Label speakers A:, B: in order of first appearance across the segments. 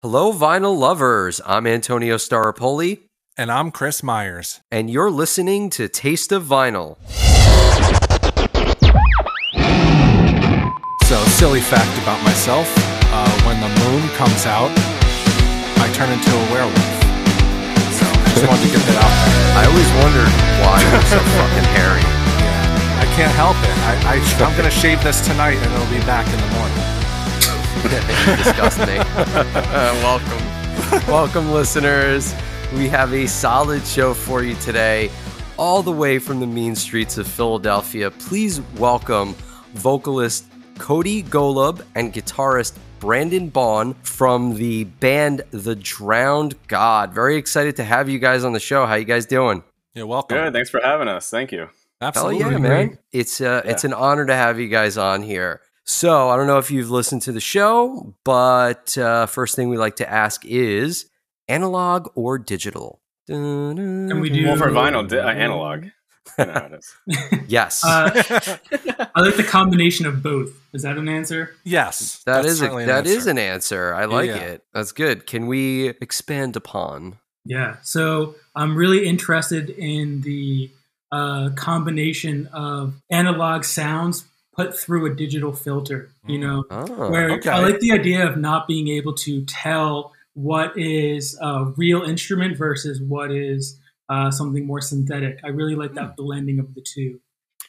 A: Hello, vinyl lovers. I'm Antonio Staropoli,
B: And I'm Chris Myers.
A: and you're listening to Taste of Vinyl.
B: So, silly fact about myself uh, when the moon comes out, I turn into a werewolf. So, I just wanted to get that out
A: I always wondered why you're so fucking hairy.
B: there. Yeah. I can't help it. I, I, I'm going to shave this tonight and it'll be back in the morning.
A: Disgusting. welcome. Welcome, listeners. We have a solid show for you today, all the way from the mean streets of Philadelphia. Please welcome vocalist Cody Golub and guitarist Brandon Bond from the band The Drowned God. Very excited to have you guys on the show. How you guys doing?
B: You're welcome.
C: Good. Thanks for having us. Thank you.
A: Hell
B: Absolutely.
A: yeah, man! It's uh,
C: Yeah.
A: it's an honor to have you guys on here. So I don't know if you've listened to the show, but uh, first thing we like to ask is analog or digital. Can
D: we do-
C: Well, for vinyl, di- uh, analog. You know how it is.
A: Yes,
D: Uh, I like the combination of both. Is that an answer?
B: yes.
A: that is a,
B: certainly
A: that is
B: answer.
A: an answer. I like
B: Yeah.
A: it. That's good. Can we expand upon?
D: Yeah. So I'm really interested in the uh, combination of analog sounds put through a digital filter. You
B: Mm.
D: know,
A: Oh,
D: where
B: okay.
D: I like the idea of not being able to tell what is a real instrument versus what is uh, something more synthetic. I really like that blending of the two.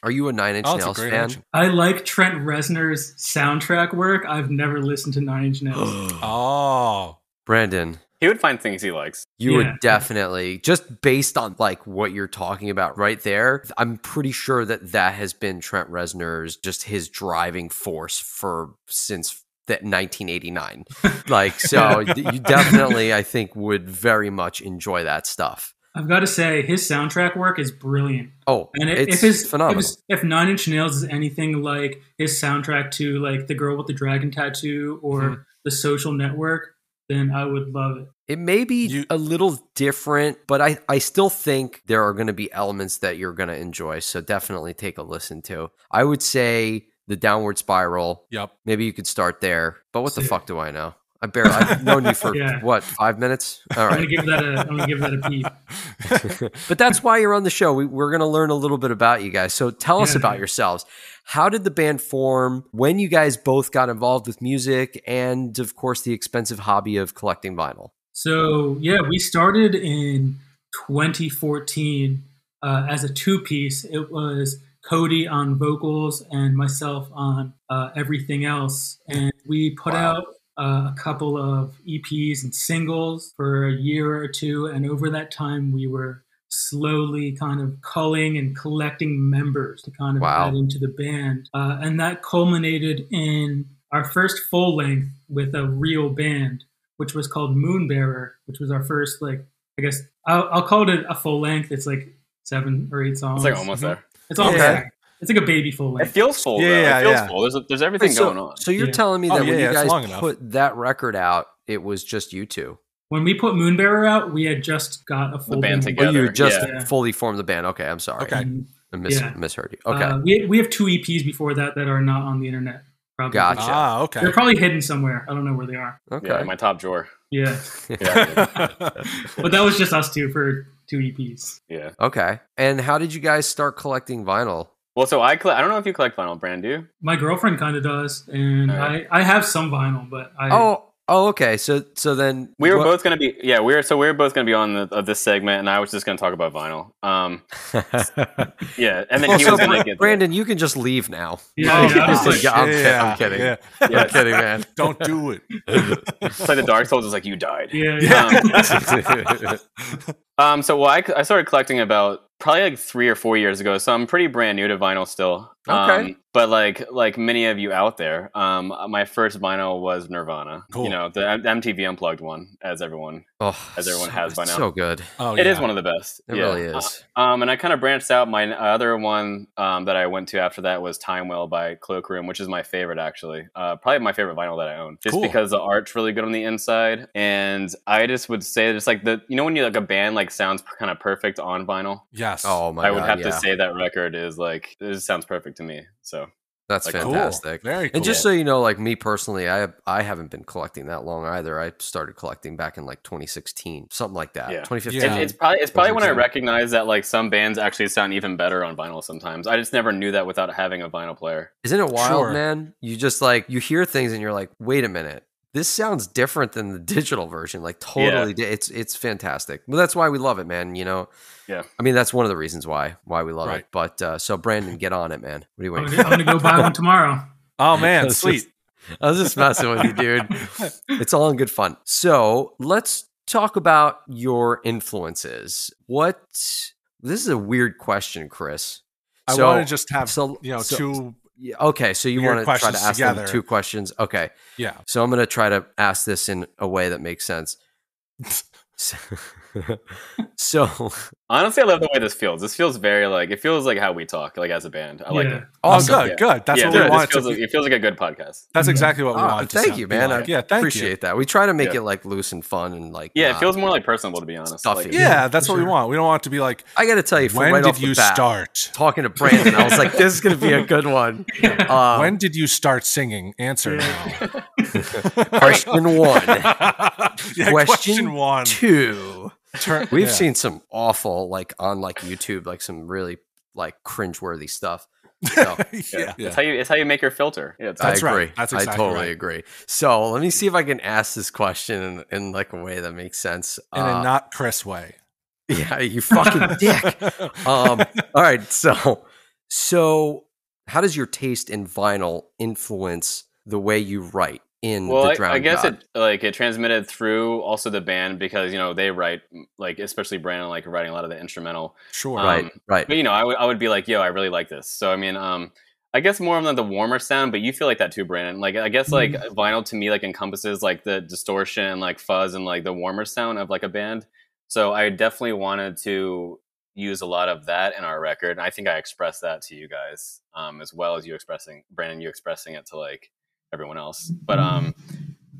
A: are you a Nine Inch
B: Oh, it's a
A: Nails
B: great
A: fan?
B: answer.
D: I like Trent Reznor's soundtrack work. I've never listened to Nine Inch Nails.
B: Oh.
A: Brandon,
C: He would find things he likes.
A: You
D: Yeah.
A: would definitely just based on like what you're talking about right there. I'm pretty sure that that has been Trent Reznor's just his driving force for since that 1989. like so you definitely I think would very much enjoy that stuff.
D: I've got to say, his soundtrack work is brilliant.
A: Oh,
D: And if,
A: it's
D: if his
A: phenomenal.
D: If, his- if Nine Inch Nails is anything like his soundtrack to like The Girl with the Dragon Tattoo or
A: Hmm.
B: Mhm.
D: The Social Network, then I would love it.
A: It may be
B: You-
A: a little different, but I, I still think there are going to be elements that you're going to enjoy. So definitely take a listen to. I would say the downward spiral
B: Yep.
A: Maybe you could start there. But what the
D: Yeah.
A: fuck do I know? I barely I've known you for
D: Yeah.
A: what five minutes. All
D: I'm
A: right,
D: gonna give that a. I'm gonna give that a peep.
A: but that's why you're on the show. We, we're going to learn a little bit about you guys. So tell us
D: Yeah.
A: about yourselves. How did the band form? When you guys both got involved with music, and of course the expensive hobby of collecting vinyl.
D: So yeah, we started in 2014 uh, as a two-piece. It was Cody on vocals and myself on uh, everything else, and we put
A: Wow.
D: out uh, a couple of EPs and singles for a year or two. And over that time, we were slowly kind of culling and collecting members to kind of
A: Wow.
D: add into the band, uh, and that culminated in our first full length with a real band which was called Moonbearer, which was our first like I guess I'll, I'll call it a full length. It's like seven or eight songs.
C: It's like almost there.
D: It's almost
A: Okay.
D: there. It's like a baby full
C: It
D: length.
C: feels full.
B: Yeah,
C: Yeah, though. It feels
B: yeah.
C: full. There's, a, there's everything
A: so,
C: going on.
A: so you're
D: Yeah.
A: telling me
B: Oh,
A: that
B: yeah,
A: when
B: yeah,
A: you
B: it's
A: guys
B: long enough.
A: put that record out, it was just you two.
D: When we put Moonbearer out, we had just got a
C: The
D: full
C: band
D: band.
C: together.
A: Or you just
D: yeah.
A: fully formed the band. Okay, I'm sorry.
B: Okay. Um,
D: Mhm.
A: I mis-
D: Yeah.
A: misheard you. Okay.
D: Uh, we we have two EPs before that that are not on the internet. Probably.
A: Gotcha.
B: ah,
D: They're
B: okay.
D: probably hidden somewhere. I don't know where they are.
A: okay.
C: Yeah, my top drawer.
D: Yeah,
C: Yeah,
A: Oh,
D: but that was just us two for two E EPs.
C: yeah.
A: Okay. And how did you guys start collecting vinyl?
C: Well, so I collect. I don't know if you collect vinyl, Brand. Do you?
D: My girlfriend kind of does, and
C: Alright.
D: I I have some vinyl, but I
A: Oh, oh, okay. So, so then
C: We were
A: what-
C: both gonna be. Yeah, we were. So we were both gonna be on the, of this segment, and I was just gonna talk about vinyl. Um, yeah, and then
A: Well,
C: he
A: Oh, so
C: was gonna
A: Bra-
C: get the-
A: Brandon, you can just leave now.
D: yeah,
C: Oh,
D: yeah.
C: gosh.
A: Just- yeah, I'm, kid-
B: Yeah,
A: I'm kidding.
B: yeah.
A: I'm
C: Yeah,
A: kidding, man.
B: Don't do it.
C: it's like the Dark Souls is like you died.
D: yeah, yeah.
C: Um, Um, so well, I, I started collecting about probably like three or four years ago, so I'm pretty brand new to vinyl still. Um,
A: Okay.
C: but like like many of you out there, um, my first vinyl was Nirvana.
B: Cool.
C: You know, the M- MTV Unplugged one, as everyone
A: oh,
C: As everyone
A: so,
C: has by
A: it's
C: now.
A: So good.
B: oh,
C: it is
B: yeah.
C: one of the best.
A: It
C: Yeah.
A: really is.
C: Um, and I kind of branched out. My other one um, that I went to after that was Time Well by Cloakroom, which is my favorite actually. Uh, probably my favorite vinyl that I own, just
B: Cool.
C: because the art's really good on the inside. And I just would say, just like the you know when you like a band like sounds kind of perfect on vinyl.
B: Yes.
A: Oh my
C: I would
A: god.
C: have
A: yeah.
C: to say that record is like it just sounds perfect to me. So
A: That's
C: Like, cool.
A: fantastic.
B: Very cool.
A: And just so you know, like me personally, I I haven't been collecting that long either. I started collecting back in like 2016, something like that.
C: Yeah.
A: 2015.
B: Yeah.
C: It, it's probably it's probably when I
A: Doesn't-
C: recognize that like some bands actually sound even better on vinyl sometimes. I just never knew that without having a vinyl player.
A: Isn't it wild,
B: Sure.
A: man? You just like you hear things and you're like, wait a minute, this sounds different than the digital version. Like totally, di- it's it's fantastic. Well, that's why we love it, man. You know.
C: Yeah.
A: I mean, that's one of the reasons why why we love
B: Right.
A: it. But uh, so, Brandon, get on it, man. What are you
D: I'm
A: waiting?
D: gonna, I'm gonna go buy one tomorrow.
B: oh
A: I
B: man,
A: was
B: sweet.
A: just- I was just messing with you, dude. It's all in good fun. So let's talk about your influences. What? This is a weird question, Chris.
B: I
A: So-
B: want to just have
A: so-
B: you know
A: so-
B: two.
A: Yeah, okay, so you
B: Weird
A: want to try to
B: questions
A: ask them
B: together.
A: two questions? Okay.
B: Yeah,
A: So I'm going to try to ask this in a way that makes sense. so, so- uh,
C: Honestly, I love the way this feels. This feels very like it feels like how we talk like as a band. I like
D: yeah.
C: it.
B: Oh,
A: Awesome.
B: good, good. That's
C: yeah,
B: what we
C: this
B: wanted.
C: feels
B: to,
C: like, Mm-hmm. it feels like a good podcast.
B: that's exactly what we
A: Ah,
B: wanted. to
A: thank
B: sound-
A: you,
B: be
A: man.
B: like.
A: I
B: yeah, thank
A: appreciate
B: you.
A: that. We try to make
C: Yeah.
A: it like loose and fun and like uh,
C: Yeah,
A: not-
C: it feels more like personal to be honest.
A: Stuff
C: Like,
A: it.
B: Yeah, that's what we want. We don't want it to be like.
A: I got to tell you, from
B: When
A: right
B: did
A: off the
B: you
A: bat,
B: start?
A: talking to Brandon, I was like, this is going to be a good one. Um,
B: when did you start singing? Answer
D: Yeah.
B: now.
A: question one,
B: yeah, question,
A: Question
B: one.
A: two.
B: Um, Turn-
A: We've
B: yeah.
A: seen some awful, like on like YouTube, like some really like cringeworthy stuff. So
B: yeah.
C: It's how you it's how you make your filter. Yeah, it's
A: I
B: That's right.
A: agree.
B: That's
A: I
B: exactly
A: totally
B: right.
A: agree. So let me see if I can ask this question in, in like a way that makes sense.
B: In
A: Uh,
B: a not Chris way.
A: yeah, you fucking dick. Um, all right, so so how does your taste in vinyl influence the way you write in
C: well,
A: the
C: I,
A: Drowned
C: I guess
A: God?
C: it like it transmitted through also the band because you know they write like especially Brandon like writing a lot of the instrumental.
B: sure.
C: um,
A: right, right.
C: But you know, I would I would be like, yo, I really like this. So I mean, um, I guess more of the, the warmer sound, but you feel like that too, Brandon. Like I guess like vinyl to me like encompasses like the distortion and like fuzz and like the warmer sound of like a band. So I definitely wanted to use a lot of that in our record, and I think I expressed that to you guys um, as well as you expressing Brandon, you expressing it to like everyone else. But um,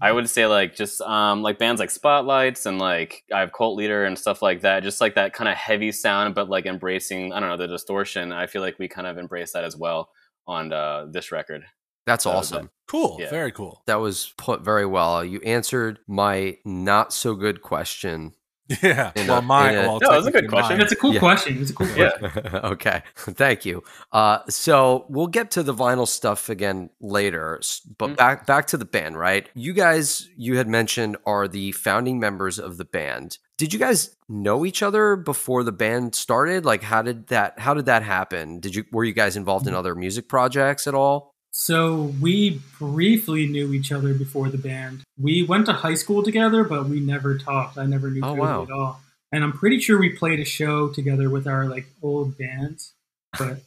C: I would say like just um, like bands like Spotlights and like I have Cult Leader and stuff like that. Just like that kind of heavy sound, but like embracing I don't know the distortion. I feel like we kind of embrace that as well on uh, this record.
A: That's
C: that was
A: awesome.
B: Cool.
C: Yeah.
B: Very cool.
A: That was put very well. You answered my not so good question.
B: Yeah.
A: In a-
B: well, mine.
A: in a-
B: well,
C: No, that's a
B: technically
C: good question.
B: mine.
D: That's a cool
A: Yeah.
D: question. It's a cool question.
C: Yeah.
A: okay, thank you. Uh, so we'll get to the vinyl stuff again later, s- but
C: Mhm.
A: back back to the band, right? You guys, you had mentioned are the founding members of the band. Did you guys know each other before the band started? Like, how did that how did that happen? Did you were you guys involved
C: Mm-hmm.
A: in other music projects at all?
D: So we briefly knew each other before the band. We went to high school together, but we never talked. I never knew
A: Oh,
D: Cody
A: wow.
D: at all. And I'm pretty sure we played a show together with our like old bands, but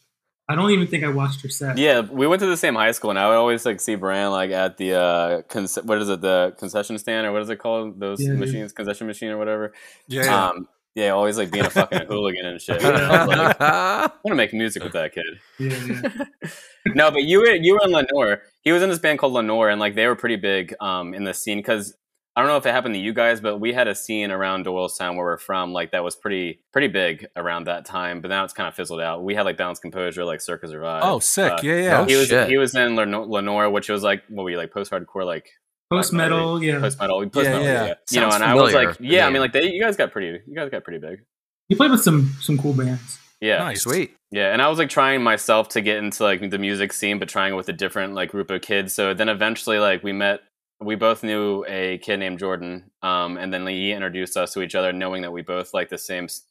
D: I don't even think I watched her set.
C: Yeah, we went to the same high school, and I would always like see Brandon like at the uh, con- what is it the concession stand or what is it called those
D: Yeah, yeah.
C: machines concession machine or whatever.
B: Yeah. yeah.
C: Um, yeah, always like being a fucking hooligan and shit. And I was like, I want to make music with that kid.
D: yeah, yeah.
C: no, but you were you were in Lenore. He was in this band called Lenore, and like they were pretty big um, in the scene because I don't know if it happened to you guys, but we had a scene around Doylestown where we're from, like that was pretty pretty big around that time. But now it's kind of fizzled out. We had like Balanced Composure, like Circus Survive.
B: oh, sick.
C: uh,
B: yeah. Yeah.
A: no
C: he was
A: shit.
C: he was in Leno- Lenore, which was like what were you like post hardcore like
D: Post metal, yeah.
C: post metal post metal
B: yeah.
C: yeah, you know
A: Sounds
C: and I was
A: familiar,
C: like yeah I
A: yeah.
C: mean like they you guys got pretty you guys got pretty big
D: You played with some some cool bands.
C: yeah
B: Nice.
A: Sweet.
C: yeah, and I was like trying myself to get into like the music scene, but trying with a different like group of kids. So then eventually, like we met, we both knew a kid named Jordan, um, and then he introduced us to each other, knowing that we both like the same s-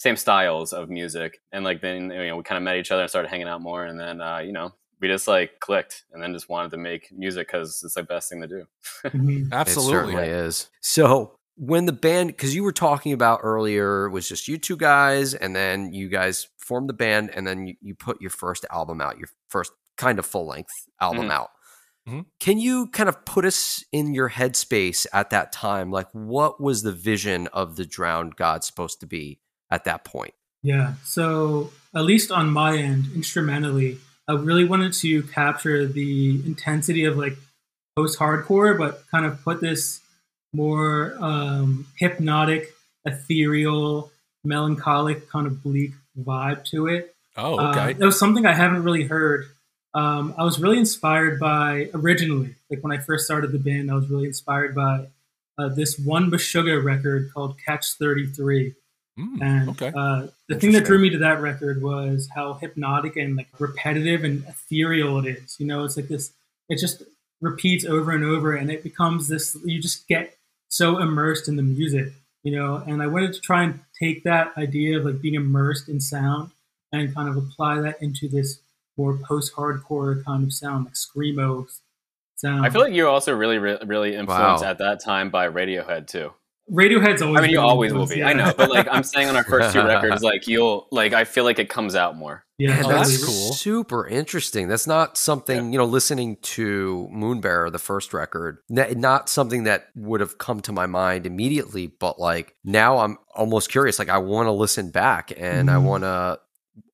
C: same styles of music. And like then you know we kind of met each other and started hanging out more, and then uh, you know we just like clicked, and then just wanted to make music because it's the best thing to do.
D: Mhm.
A: It
B: Absolutely.
A: certainly is. So when the band, because you were talking about earlier, it was just you two guys, and then you guys formed the band, and then you, you put your first album out, your first kind of full length album
C: Mhm.
A: out.
B: Mhm.
A: Can you kind of put us in your headspace at that time? Like, what was the vision of the Drowned God supposed to be at that point?
D: Yeah. So at least on my end, instrumentally, I really wanted to capture the intensity of like post hardcore, but kind of put this more um, hypnotic, ethereal, melancholic, kind of bleak vibe to it.
B: Oh,
D: Uh,
B: okay.
D: that was something I haven't really heard um, I was really inspired by originally, like when I first started the band, I was really inspired by uh, this one Meshuggah record called Catch 33.
B: Mm,
D: And
B: okay.
D: uh, the thing that
B: Interesting.
D: drew me to that record was how hypnotic and like repetitive and ethereal it is. You know, it's like this. It just repeats over and over, and it becomes this. You just get so immersed in the music, you know. And I wanted to try and take that idea of like being immersed in sound and kind of apply that into this more post-hardcore kind of sound, like screamo sound.
C: I feel like you were also really, re- really influenced
A: Wow.
C: at that time by Radiohead too.
D: Radiohead's always.
C: I mean, you
D: been
C: always will
D: influenced,
C: be.
D: yeah.
C: I know, but like I'm saying, on our first two records, like you'll, like I feel like it comes out more.
D: Yeah,
A: Yeah,
B: Oh,
A: that's
B: that's
D: always.
B: cool.
A: super interesting. That's not something, you know, listening to Moonbearer, the first record, n- not something that would have come to my mind immediately, but like now I'm almost curious. Like I want to listen back and I
D: Mhm.
A: want to,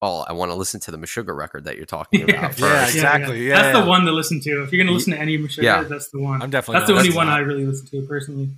A: well, I want to listen to the Meshuggah record that you're talking
D: Yeah.
A: about
B: Yeah,
A: first.
B: exactly, yeah,
D: that's
B: yeah.
D: the one to listen to. If you're going to listen to any Meshuggah,
A: Yeah.
D: that's the one.
B: I'm definitely
D: that's the
B: gonna
D: only
B: listen
D: one
B: to
D: I
B: that.
D: really listen to personally.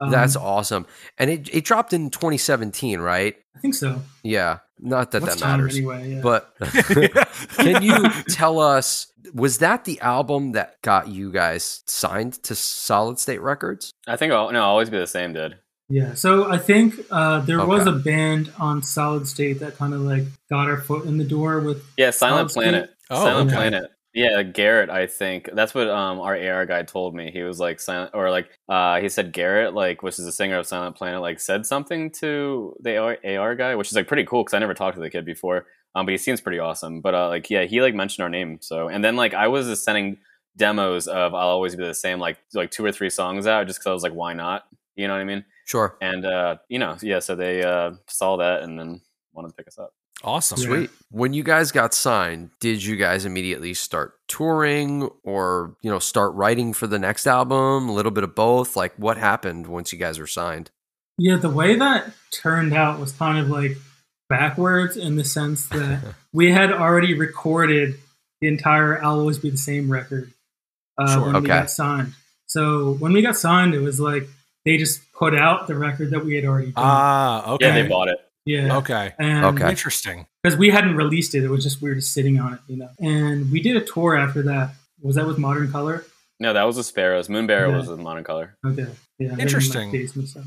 D: Um,
A: That's awesome. And it, it dropped in 2017, right?
D: I think so.
A: Yeah. Not that
B: What's
A: that
D: Time
A: matters.
D: anyway. Yeah.
A: But Can you tell us, was that the album that got you guys signed to Solid State Records?
C: I think I'll, no, I'll always be the same, dude.
D: yeah. So I think uh, there was
A: Okay.
D: a band on Solid State that kind of like got our foot in the door with.
C: Yeah, Silent
D: Sounds
C: Planet.
B: Oh,
C: Silent
D: okay.
C: Planet. Yeah, Garrett. I think that's what um, our AR guy told me. He was like, silent, or like uh, he said Garrett, like which is the singer of Silent Planet, like said something to the AR, AR guy, which is like pretty cool because I never talked to the kid before. Um, but he seems pretty awesome. But uh, like, yeah, he like mentioned our name. So and then like I was just sending demos of I'll always be the same, like like two or three songs out, just because I was like, why not? You know what I mean?
A: Sure.
C: And uh, you know, yeah. So they uh, saw that and then wanted to pick us up.
B: awesome.
D: Yeah.
A: Sweet. When you guys got signed, did you guys immediately start touring or, you know, start writing for the next album? A little bit of both? Like what happened once you guys were signed?
D: Yeah, the way that turned out was kind of like backwards in the sense that we had already recorded the entire "I'll Always Be the Same" record uh,
B: Sure.
D: when
A: Okay.
D: we got signed. So when we got signed, it was like they just put out the record that we had already done.
B: Ah, okay.
C: Yeah, they bought it.
D: yeah.
B: Okay.
D: And
A: Okay.
B: Interesting.
D: because we hadn't released it. It was just we were just sitting on it, you know. And we did a tour after that. Was that with Modern Color?
C: No, that was the Sparrows. Moonbearer
D: Yeah.
C: was the Modern Color.
D: Okay, yeah. they
B: Interesting.
D: didn't like Jason, so.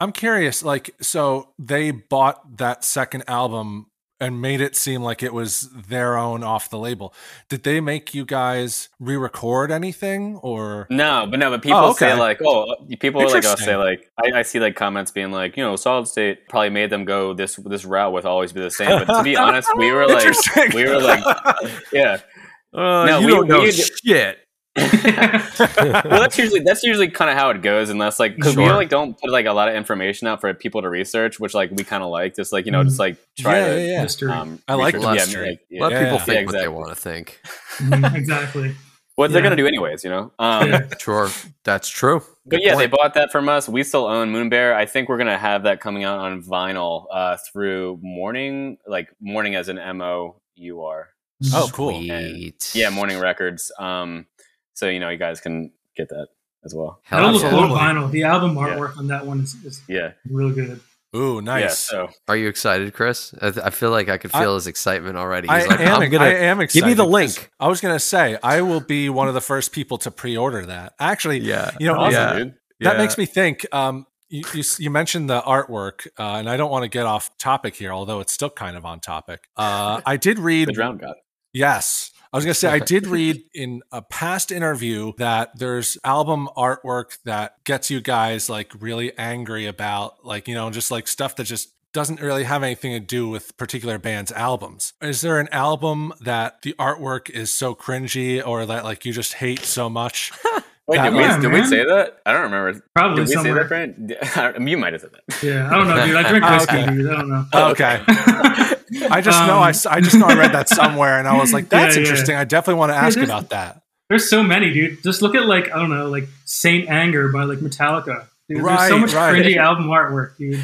B: I'm curious. Like, so they bought that second album and made it seem like it was their own off the label. Did they make you guys re record anything or?
C: No, but no, but people
B: Oh,
C: say
B: okay.
C: like, oh, people are like, I'll
B: Interesting.
C: say like, I, I see like comments being like, you know, Solid State probably made them go this this route with always be the same. But to be honest, we were like,
B: Interesting.
C: we were like, yeah.
A: Uh,
C: No,
A: you
C: we-
A: don't know
C: we-
A: shit.
C: well, that's usually that's usually kind of how it goes, unless like because we
A: Sure.
C: like don't put like a lot of information out for people to research, which like we kind of like, just like you know,
D: Mhm.
C: just like
B: Mm.
C: try
B: yeah,
C: to.
B: yeah, yeah.
D: Mystery.
C: Um,
B: I like
C: research-
A: the
C: yeah,
A: mystery.
C: like, yeah.
A: Let people
B: Yeah,
A: think what
C: exactly.
A: they want to think.
D: Mhm, exactly.
C: What they're
D: Yeah.
C: gonna do anyways, you know. Um,
D: Yeah.
A: Sure. That's true.
C: But
A: Good
C: yeah,
A: point.
C: they bought that from us. We still own Moonbear. I think we're gonna have that coming out on vinyl uh, through morning, like morning as an M O U R.
B: Oh, cool.
A: Sweet.
C: Yeah, morning records. Um, so you know, you guys can get that as well.
D: That
A: Hell
D: was
A: yeah.
D: cool
B: Absolutely.
D: vinyl. The album
C: Yeah.
D: artwork on that one is, is
C: Yeah,
D: really good.
B: Ooh,
C: yeah.
B: nice.
C: So
A: Are you excited, Chris? I, th- I feel like I could
B: I-
A: feel his excitement already.
B: I,
A: He's like,
B: am,
A: I'm gonna
B: I am excited.
A: give me the
B: because
A: link.
B: I was going to say, I will be one of the first people to pre order that. Actually,
A: Yeah.
B: you know,
C: awesome,
A: Yeah.
C: dude.
B: That makes me think. Um, you, you, s- you mentioned the artwork, uh, and I don't want to get off topic here, although it's still kind of on topic. Uh, I did
C: The
B: read,
C: drown god.
B: yes, I was going to say, I did read in a past interview that there's album artwork that gets you guys like really angry about, like, you know, just like stuff that just doesn't really have anything to do with particular band's albums. Is there an album that the artwork is so cringy or that like you just hate so much?
C: Wait,
B: That
C: did, we,
D: one.
C: did
D: Yeah,
C: we
D: man.
C: say that? I don't remember. Did
D: Probably
C: we say that,
D: somewhere.
C: Brand? you might have said that.
D: Yeah, I don't know, dude. I drink
B: Okay.
D: whiskey, dude. I don't know.
B: Oh, Okay. I just know I,
D: Um,
B: s- I just know I read that somewhere and I was like,
D: Yeah,
B: that's
D: yeah.
B: interesting. I definitely want to ask
D: there's-
B: about that.
D: There's so many, dude. Just look at like I don't know, like Saint Anger by like Metallica. Dude, there's
B: Right,
D: so much
B: right.
D: cringy album artwork, dude.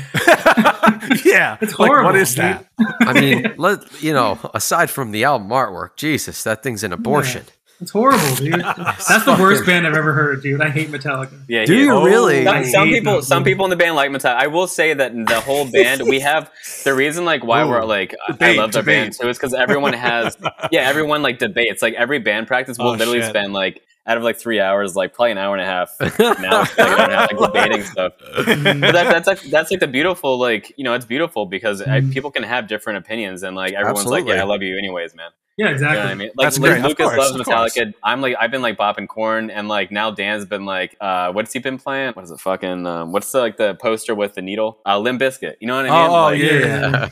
B: yeah.
D: It's
B: Like, what
D: horrible,
B: is that?
A: I mean, let you know, aside from the album artwork, Jesus, that thing's an abortion.
D: It's horrible, dude. That's the worst band I've ever heard, dude. I hate Metallica.
C: Yeah, Oh,
A: Do
C: he-
A: you really?
C: Some, some
D: hate
C: people,
D: those
C: some
D: movies.
C: people in the band like Metallica. I will say that the whole band, we have the reason like why we're
B: Ooh.
C: like I-
B: Debate,
C: I love the band too is because everyone has yeah everyone like debates like every band practice will
B: Oh,
C: literally
B: shit.
C: spend like out of like three hours like probably an hour and a half now like, an hour and a half, like debating stuff.
D: Mm-hmm.
C: But that, that's like that's like the beautiful like you know it's beautiful because I,
B: Mm.
D: Mhm.
C: people can have different opinions and like everyone's
A: Absolutely.
C: like yeah I love you anyways man.
D: Yeah,
C: You know
D: exactly.
C: what I mean? Like,
B: That's
C: Lu-
B: great. Of
C: Lucas
B: course,
C: loves
B: of course.
C: Metallica. I'm like, I've been like bopping corn, and like now Dan's been like, uh, what's he been playing? What is it? Fucking um, what's the, like the poster with the needle? Uh, Limp Biscuit. You know what I mean?
B: oh, oh,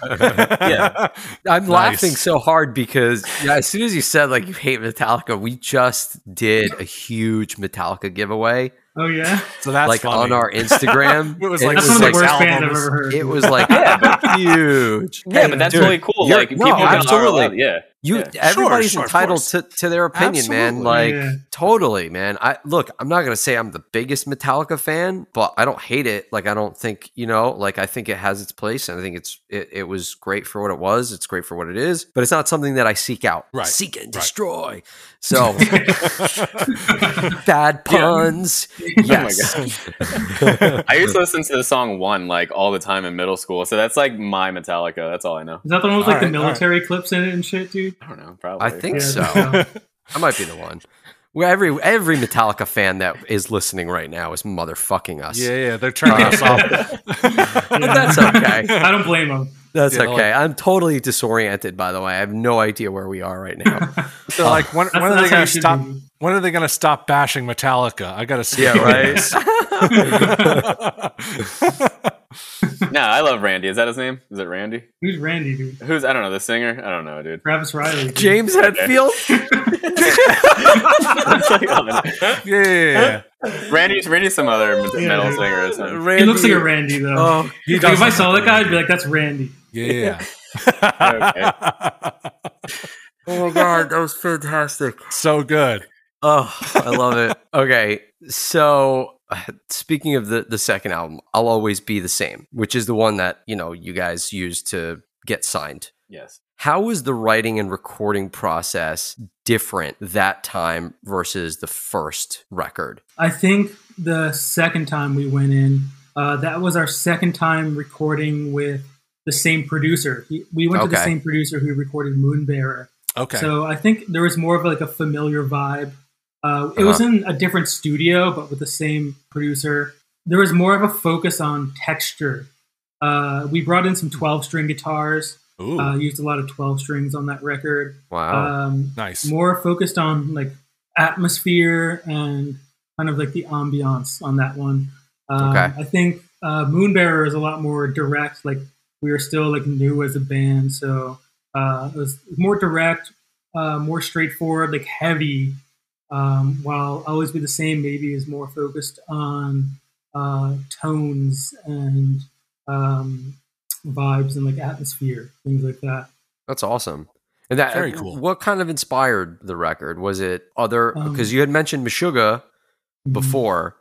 C: Like,
B: yeah, yeah, yeah.
A: I'm laughing
B: Nice.
A: so hard because yeah, as soon as you said like you hate Metallica, we just did a huge Metallica giveaway
D: Oh yeah,
B: So that's
A: like
B: funny.
A: on our Instagram.
B: It was
A: And
B: like-
D: that's
B: was
D: one of the
B: like
D: worst
B: albums.
D: bands I've ever heard.
A: It was like huge.
C: Yeah, but that's
A: Dude,
C: really cool.
A: you're-
C: Like
A: no,
C: people got
A: absolutely.
C: absolutely. Out, yeah.
A: You
C: Yeah. Sure,
A: everybody's
B: sure, of
A: entitled
B: course.
A: to, to their opinion, man.
B: Absolutely.
A: Like
D: Yeah.
A: totally, man. I look, I'm not gonna say I'm the biggest Metallica fan, but I don't hate it. Like I don't think, you know, like I think it has its place and I think it's it, it was great for what it was, it's great for what it is, but it's not something that I seek out.
B: Right,
A: Seek and
B: right.
A: destroy. So bad
D: Yeah.
A: puns. Yes.
C: Oh my god. I used to listen to the song One like all the time in middle school. So that's like my Metallica. That's all I know.
D: Is that the one with like
B: All
D: the
B: right, all right.
D: military clips in it and shit, dude?
C: I don't know. Probably.
A: I think
D: Yeah,
A: so.
D: so-
A: I might be the one. Where every every Metallica fan that is listening right now is motherfucking us.
B: yeah, yeah, they're turning us off.
D: Yeah.
A: that's okay.
D: I don't blame them.
A: That's
B: Yeah,
A: okay.
B: like-
A: I'm totally disoriented, by the way. I have no idea where we are right now.
B: They're like, when, when
D: That's-
B: are they
D: that's how
B: going
D: you
B: to
D: should
B: stop?
D: be.
B: When are they going to stop bashing Metallica? I got to see.
C: no, I love Randy. Is that his name? Is it Randy?
D: Who's Randy, dude?
C: Who's I don't know the singer. I don't know, dude.
D: Travis Riley. dude.
A: James Hetfield?
C: It's like, oh, no.
B: yeah, yeah, yeah.
C: Randy's Randy's some other metal
D: Yeah.
C: singer. or something.
A: Randy.
D: He looks like a Randy though.
A: Oh,
B: He
D: like,
B: does
D: if I
B: look
D: saw
B: like
D: that
B: a
D: guy, I'd be like, "That's Randy."
B: yeah.
A: oh my God. That was fantastic.
B: so good.
A: Oh, I love it. Okay. So, speaking of the, the second album, I'll Always Be the Same, which is the one that, you know, you guys used to get signed.
C: Yes.
A: How was the writing and recording process different that time versus the first record?
D: I think the second time we went in, uh, that was our second time recording with the same producer. He, we went to the
A: Okay.
D: same producer who recorded Moonbearer.
B: Okay.
D: So I think there was more of like a familiar vibe. Uh, it
B: Uh-huh.
D: was in a different studio, but with the same producer. There was more of a focus on texture. Uh, we brought in some 12 string guitars,
B: Ooh, Oh.
D: uh, used a lot of 12 strings on that record.
A: Wow.
D: Um,
B: nice.
D: more focused on like atmosphere and kind of like the ambiance on that one. Um,
A: Okay.
D: I think uh, Moonbearer is a lot more direct. Like we were still like new as a band, so uh, it was more direct, uh, more straightforward, like heavy. Um, while always be the same, maybe is more focused on uh, tones and um, vibes and like atmosphere, things like that.
A: That's awesome. And that
B: Very cool.
A: What kind of inspired the record? Was it other
D: Um,
A: because you had mentioned Meshuggah before?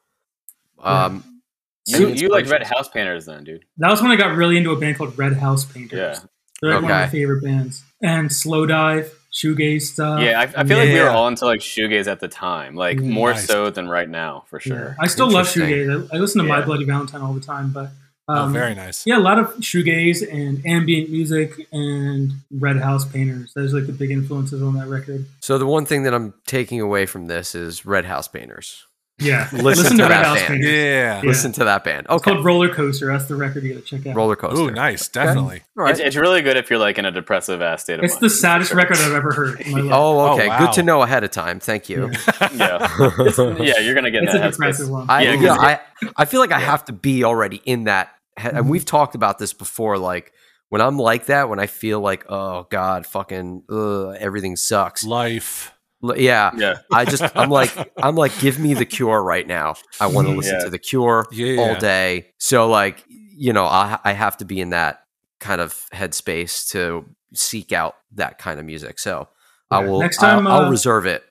D: Yeah.
A: Um,
C: You,
A: Any
C: you like Red
A: inspiration?
C: House Painters then, dude.
D: That was when I got really into a band called Red House Painters.
C: Yeah.
D: They're like one of my
A: Okay.
D: favorite bands. And Slow Dive, Shoegaze stuff.
C: yeah, I, I feel like we were
B: yeah.
C: all into like shoegaze at the time, like
D: Uh, Mm,
C: more
B: nice.
C: so than right now for sure.
D: I still love
A: Interesting.
D: Shoegaze. I, I listen to My
C: Yeah.
D: Bloody Valentine all the time, but
B: oh,
D: um,
B: very nice.
D: yeah, a lot of shoegaze and ambient music and Red House Painters. Those are like the big influences on that record.
A: so the one thing that I'm taking away from this is Red House Painters.
D: Yeah,
A: Listen to that band.
B: Yeah.
D: Yeah.
A: Listen to that band.
D: It's
A: Okay,
D: called Roller Coaster. That's the record you gotta check out.
A: roller coaster.
B: Ooh, nice. Definitely.
A: All right.
C: It's, it's really good if you're like in a depressive ass state of
D: it's
C: mind.
D: the saddest record I've ever heard in my life.
A: Oh, okay.
B: Oh, wow.
A: Good to know ahead of time. Thank you.
C: yeah, yeah, you're gonna get
D: it's
C: in
D: a
C: that
D: depressive
C: headspace.
D: one.
A: I,
C: Yeah,
A: you know, I, I feel like I have to be already in that. he- And
D: Mhm.
A: we've talked about this before. Like when I'm like that, when I feel like, oh God, fucking ugh, everything sucks.
B: Life.
A: L- yeah.
C: Yeah,
A: I just I'm like I'm like give me the cure right now. I want to
D: Mm,
A: listen
C: Yeah.
A: to the cure
B: Yeah.
A: all day. So like you know I I have to be in that kind of headspace to seek out that kind of music. So I
D: Yeah.
A: will
D: Next time,
A: I'll, I'll
D: uh,
A: reserve it.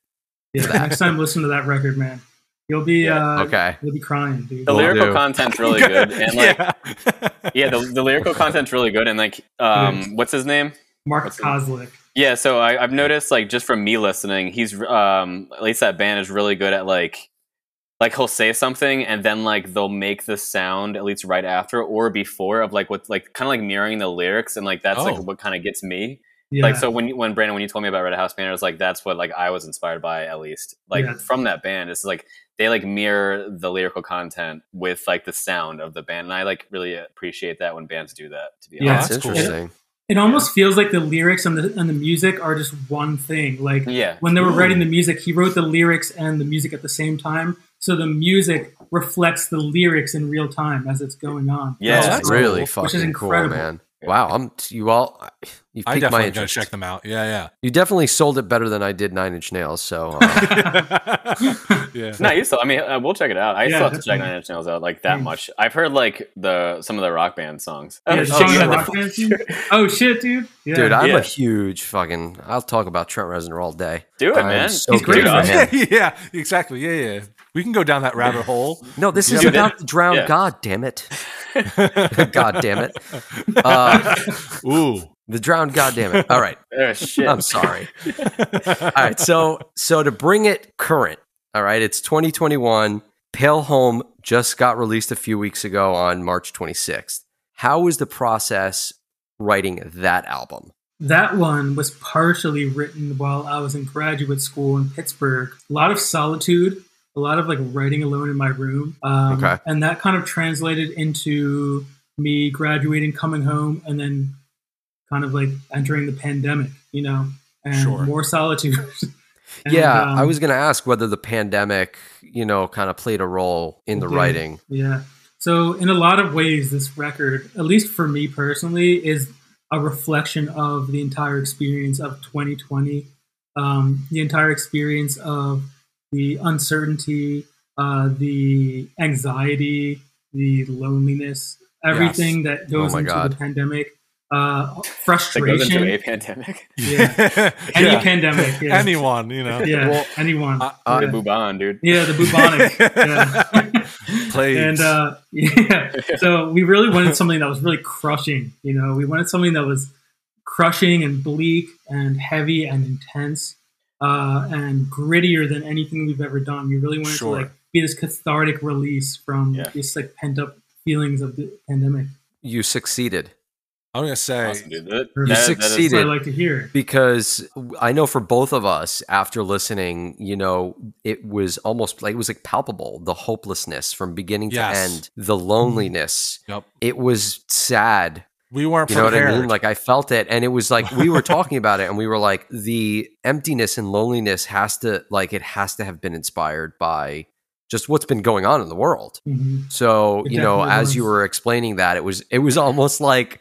D: Yeah, next time listen to that record, man. You'll be
C: Yeah,
D: uh,
A: Okay.
D: you'll be crying, dude.
C: the
A: Will
C: lyrical
A: do.
C: content's really good, and like
B: yeah.
C: yeah, the, the lyrical content's really good, and like um, what's his name?
D: Mark
C: That's it.
D: Kozlik.
C: Yeah, so I, I've noticed like just from me listening, he's um at least that band is really good at like like he'll say something and then like they'll make the sound at least right after or before of like what like kind of like mirroring the lyrics and like that's like
B: Oh.
C: what kind of gets me.
D: Yeah.
C: Like so when you- when Brandon when you told me about Red House Band, I was like that's what like I was inspired by at least like
D: Yeah.
C: from that band. It's like they like mirror the lyrical content with like the sound of the band, and I like really appreciate that when bands do that. To be
D: Yeah.
A: that's
C: honest,
B: That's cool.
A: interesting.
D: it almost feels like the lyrics and the and the music are just one thing. Like
C: yeah,
D: when they were
A: Ooh.
D: writing the music, he wrote the lyrics and the music at the same time. So the music reflects the lyrics in real time as it's going on.
C: Yeah.
B: Oh,
A: That's
B: that's
A: really
B: cool.
D: Which is
A: fucking cool,
D: incredible.
A: man. Wow, I'm you all. You piqued
B: I
A: my
B: definitely gotta
A: interest.
B: check them out. Yeah,
A: You definitely sold it better than I did Nine Inch Nails. So uh,
B: yeah, yeah.
C: No, you still. I mean, uh, we'll check it out. I
D: Yeah,
C: still have to
D: definitely.
C: check Nine Inch Nails out like that
D: Mm.
C: much. I've heard like the some of the rock band songs.
D: Yeah,
C: Oh,
D: the
C: shit,
D: song
C: you
D: that
C: had the
D: rock
C: full-
D: band theme? Oh shit, dude! Yeah.
A: Dude, I'm
C: Yeah.
A: a huge fucking. I'll talk about Trent Reznor all day.
C: Do it,
A: I'm
C: man.
A: so
D: He's great,
C: Dude,
D: man.
C: I-
B: yeah, yeah, exactly. Yeah, yeah. We can go down that rabbit hole.
A: No, this is
C: Dude,
A: about the drown.
C: yeah.
A: God damn it. God damn it. Uh,
B: Ooh.
A: the drowned. God damn it. All right.
C: Oh, shit.
A: I'm sorry. All right. So, so to bring it current, all right, it's 2021. Pale Home just got released a few weeks ago on March 26th. How was the process writing that album?
D: That one was partially written while I was in graduate school in Pittsburgh. A lot of solitude, a lot of like writing alone in my room. Um,
A: Okay.
D: And that kind of translated into me graduating, coming home, and then kind of like entering the pandemic, you know, and
B: Sure.
D: more solitude. And,
A: yeah,
D: um,
A: I was going to ask whether the pandemic, you know, kind of played a role in the
D: It did.
A: writing.
D: Yeah. So, in a lot of ways, this record, at least for me personally, is a reflection of the entire experience of 2020, um, the entire experience of the uncertainty, uh, the anxiety, the loneliness, everything that goes
A: my
D: into
A: God.
D: the pandemic, uh,
C: Oh That goes into a
D: frustration,
C: pandemic.
B: Yeah.
D: any pandemic, yeah,
B: Anyone, you know.
D: yeah,
A: Well,
D: anyone,
B: I-
A: I-
D: yeah.
C: Bouban, dude.
D: yeah, the bubonic, yeah.
B: Plagues.
D: and uh, yeah, so we really wanted something that was really crushing. You know, we wanted something that was crushing and bleak and heavy and intense uh, and grittier than anything we've ever done. We really wanted
B: Sure.
D: to like be this cathartic release from
C: Yeah.
D: this like pent up feelings of the pandemic.
A: You succeeded.
B: I'm gonna say
C: Awesome, dude. That-
D: You
C: that- that is-
A: succeeded.
D: That's what I
A: did.
D: like to hear.
A: because I know for both of us after listening, you know, it was almost like it was like palpable the hopelessness from beginning
B: Yes.
A: to end, the
D: Mm-hmm.
A: loneliness.
B: Yep.
A: It was sad.
B: we weren't
A: You know what
B: prepared.
A: I mean? Like I felt it and it was like we were talking about it and we were like the emptiness and loneliness has to like it has to have been inspired by just what's been going on in the world.
D: Mhm.
A: So,
D: It
A: you know,
D: definitely
A: as you
D: was.
A: were explaining that, it was it was almost like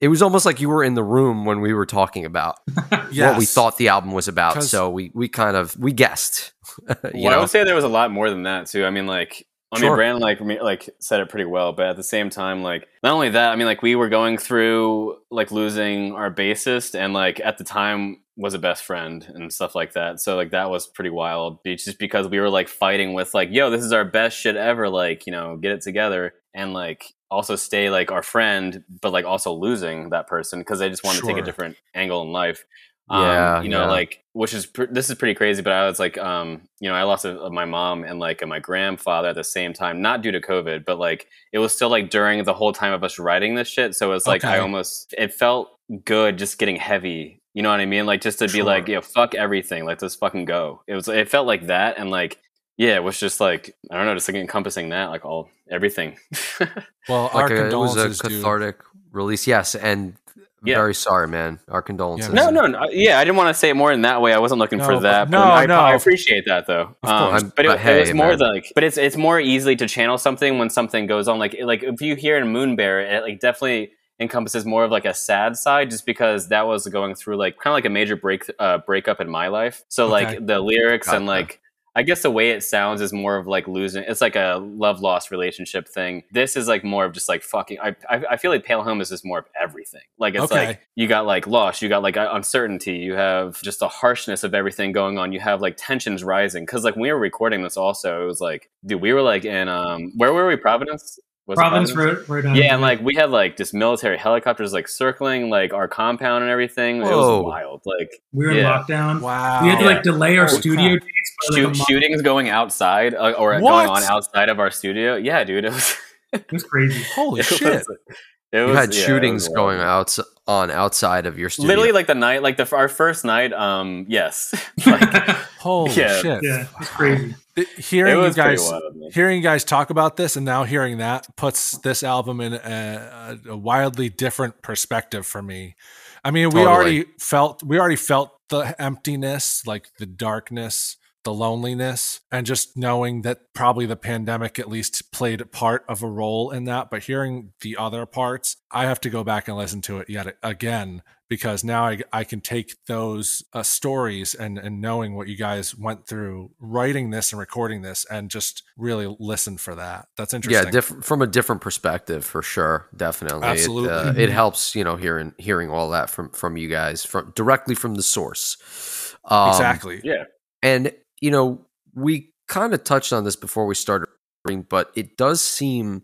A: it was almost like you were in the room when we were talking about what we
B: Yes.
A: thought the album was about.
B: 'Cause-
A: So we we kind of we guessed. you
C: well, I
A: know,
C: would say there was a lot more than that too. I mean, like, I
A: Sure.
C: mean, Brandon like me- like said it pretty well, but at the same time, like, not only that, I mean, like, we were going through like losing our bassist, and like at the time was a best friend and stuff like that. So like that was pretty wild, It's just because we were like fighting with like, yo, this is our best shit ever. Like, you know, get it together, and like also stay like our friend, but like also losing that person because I just wanted to take
B: Sure.
C: a different angle in life.
A: Yeah,
C: um, you know,
A: yeah.
C: like which is pr- this is pretty crazy. But I was like, um, you know, I lost a, my mom and like uh, my grandfather at the same time, not due to COVID, but like it was still like during the whole time of us writing this shit. So it's like I
B: Okay.
C: almost it felt good just getting heavy. You know what I mean? Like just to be
B: Sure.
C: like, yeah, fuck everything. Like let's fucking go. It was it felt like that, and like yeah, it was just like I don't know, just like encompassing that, like all everything.
B: Well, our
A: like a- it was a
B: condolences dude.
A: cathartic release. Yes, and
C: Yeah.
A: very sorry, man. Our condolences.
C: No, no, no, yeah, I didn't want to say it more in that way. I wasn't looking
B: No,
C: for
B: but-
C: that.
B: no,
C: but I,
B: no.
C: I appreciate that though. Um,
B: Of course.
C: but it,
A: But
C: it
A: hey,
C: was more
A: man.
C: the, like, but it's it's more easily to channel something when something goes on. Like like if you hear in Moonbear, it like definitely encompasses more of like a sad side, just because that was going through like kind of like a major break uh, breakup in my life. So
B: Okay.
C: like the lyrics
A: Gotcha.
C: and like. I guess the way it sounds is more of like losing. It's like a love loss relationship thing. This is like more of just like fucking. I I, I feel like Pale Home is just more of everything. Like it's
B: Okay.
C: like you got like loss, you got like uncertainty, you have just the harshness of everything going on. You have like tensions rising because like when we were recording this, also it was like, dude, we were like in um, where were we? Providence. was it
D: Providence,
C: Providence?
D: Rhode, Rhode Island.
C: Yeah, and like we had like just military helicopters like circling like our compound and everything. It
A: Whoa.
C: was wild. Like
D: we were in
C: yeah.
D: lockdown.
B: Wow.
D: We had to like delay our
B: Holy
D: studio
B: crap.
D: dates by like a
C: shoot,
D: month.
C: shootings going outside uh, or
B: What?
C: going on outside of our studio. Yeah, dude, it was.
D: It was crazy.
B: Holy
C: it
B: shit.
C: Was, it
A: you
C: was-
A: had
C: yeah, it
A: shootings
C: was wild.
A: going out on outside of your studio.
C: Literally, like the night, like the our first night. Um, yes, like
B: Holy
C: Yeah.
B: shit.
D: yeah, it was crazy.
B: Th-
C: it
B: Hearing you
C: was pretty
B: guys
C: wild. man.
B: hearing you guys talk about this and now hearing that puts this album in a, a wildly different perspective for me i mean we
A: Totally.
B: already felt we already felt the emptiness like the darkness the loneliness and just knowing that probably the pandemic at least played a part of a role in that but hearing the other parts i have to go back and listen to it yet again because now I, I can take those uh, stories and and knowing what you guys went through writing this and recording this and just really listen for that. That's interesting.
A: yeah, different from a different perspective for sure. Definitely,
B: Absolutely. Mm-hmm.
A: It, uh, it helps you know hearing hearing all that from from you guys from directly from the source. Um,
B: exactly.
C: Yeah,
A: And, you know, we kind of touched on this before we started, recording, but it does seem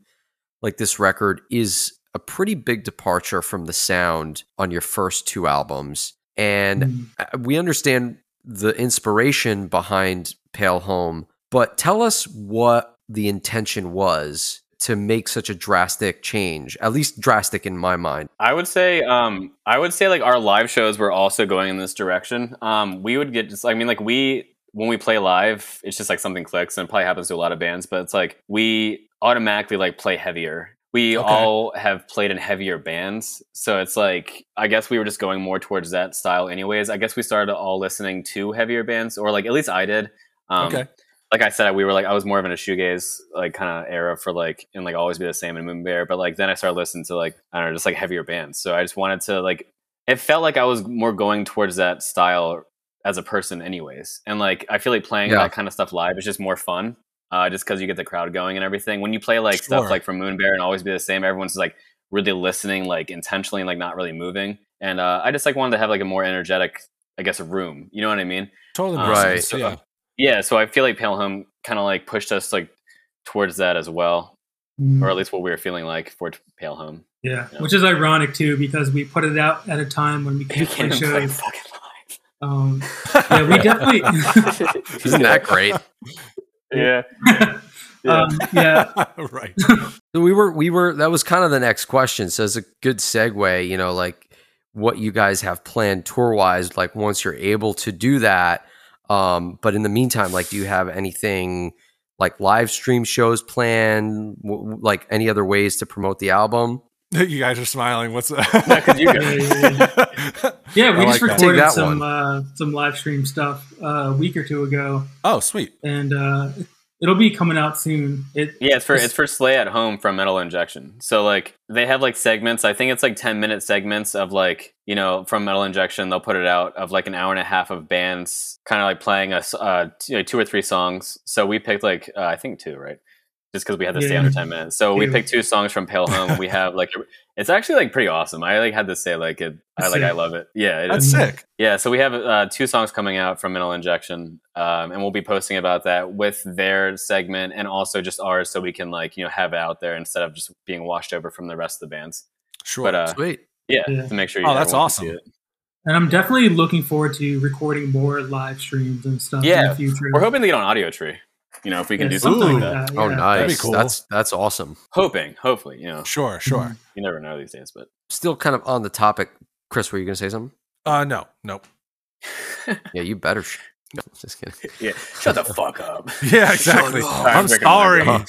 A: like this record is a pretty big departure from the sound on your first two albums. And
D: Mm.
A: uh, we understand the inspiration behind Pale Home, but tell us what the intention was to make such a drastic change, at least drastic in my mind.
C: I would say, um, I would say like our live shows were also going in this direction. Um, we would get just, I mean, like we when we play live, it's just like something clicks, and it probably happens to a lot of bands. But it's like we automatically like play heavier. We
B: Okay.
C: all have played in heavier bands, so it's like I guess we were just going more towards that style, anyways. I guess we started all listening to heavier bands, or like at least I did. Um,
B: okay.
C: like I said, we were like I was more of in a shoegaze like kind of era for like and like always be the same in Moon Bear, but like then I started listening to like I don't know, just like heavier bands. So I just wanted to like it felt like I was more going towards that style as a person, anyways. And like I feel like playing
A: Yeah.
C: that kind of stuff live is just more fun, uh, just because you get the crowd going and everything. When you play like
B: Sure.
C: stuff like from Moon Bear and always be the same, everyone's just, like really listening, like intentionally, and, like not really moving. And uh, I just like wanted to have like a more energetic, I guess, room. You know what I mean?
B: Totally
C: Um,
B: makes
A: Right.
B: sense. Yeah.
C: Yeah, so I feel like Pale Home kind of like pushed us like towards that as well,
D: Mm.
C: or at least what we were feeling like for t- Pale Home.
D: Yeah,
C: Yeah.
D: which is ironic too because we put it out at a time when we
C: We
D: can't play
C: can't even play
D: shows.
C: fucking
D: Um, yeah, we definitely.
C: live.
A: Isn't that great?
C: Yeah. Yeah.
D: um, yeah,
B: right.
A: So we were we were that was kind of the next question. So it's a good segue, you know, like what you guys have planned tour wise, like once you're able to do that. Um, but in the meantime, like, do you have anything like live stream shows planned? W- w- like any other ways to promote the album?
B: you guys are smiling. What's up?
C: No, 'cause you
D: yeah.
B: I
D: We
B: like that.
D: just
A: Take
D: recorded
A: that
D: some
A: one.
D: uh, some live stream stuff uh, a week or two ago,
B: oh, sweet.
D: and uh, it'll be coming out soon. It
C: Yeah, it's for it's for Slay at Home from Metal Injection. So like they have like segments. I think it's like ten minute segments of like you know from Metal Injection. They'll put it out of like an hour and a half of bands kind of like playing us uh, t- you know, two or three songs. So we picked like uh, I think two right. Just because we had to stay
D: Yeah.
C: under ten minutes, so we
D: Two.
C: picked two songs from Pale Home. We have like, it's actually like pretty awesome. I like had to say like it. I
D: That's
C: like I
D: sick.
C: love it. Yeah, it is.
B: That's sick.
C: Yeah, so we have uh, two songs coming out from Mental Injection, um, and we'll be posting about that with their segment and also just ours, so we can like you know have it out there instead of just being washed over from the rest of the bands.
B: Sure.
C: But uh,
A: Sweet.
C: yeah,
D: Yeah.
C: to make sure.
B: Oh, that's
C: everyone can see
B: awesome.
C: it.
D: and I'm definitely looking forward to recording more live streams and stuff in
C: Yeah,
D: the future.
C: We're hoping to get on Audio Tree. You know, if we can
D: Yeah,
C: do something
B: Ooh.
C: like that.
A: Oh,
D: yeah.
A: nice.
B: That'd be cool.
A: That's that's awesome.
C: Hoping, hopefully, you know,
B: sure. Sure.
C: you never know these days, but
A: Still kind of on the topic. Chris, were you gonna say something?
D: Mm-hmm.
B: Uh, no. Nope.
A: Yeah, you better. sh- Just kidding.
C: yeah, shut the fuck up.
B: Yeah. Exactly.
A: Sure.
B: I'm
C: Sorry.
B: sorry.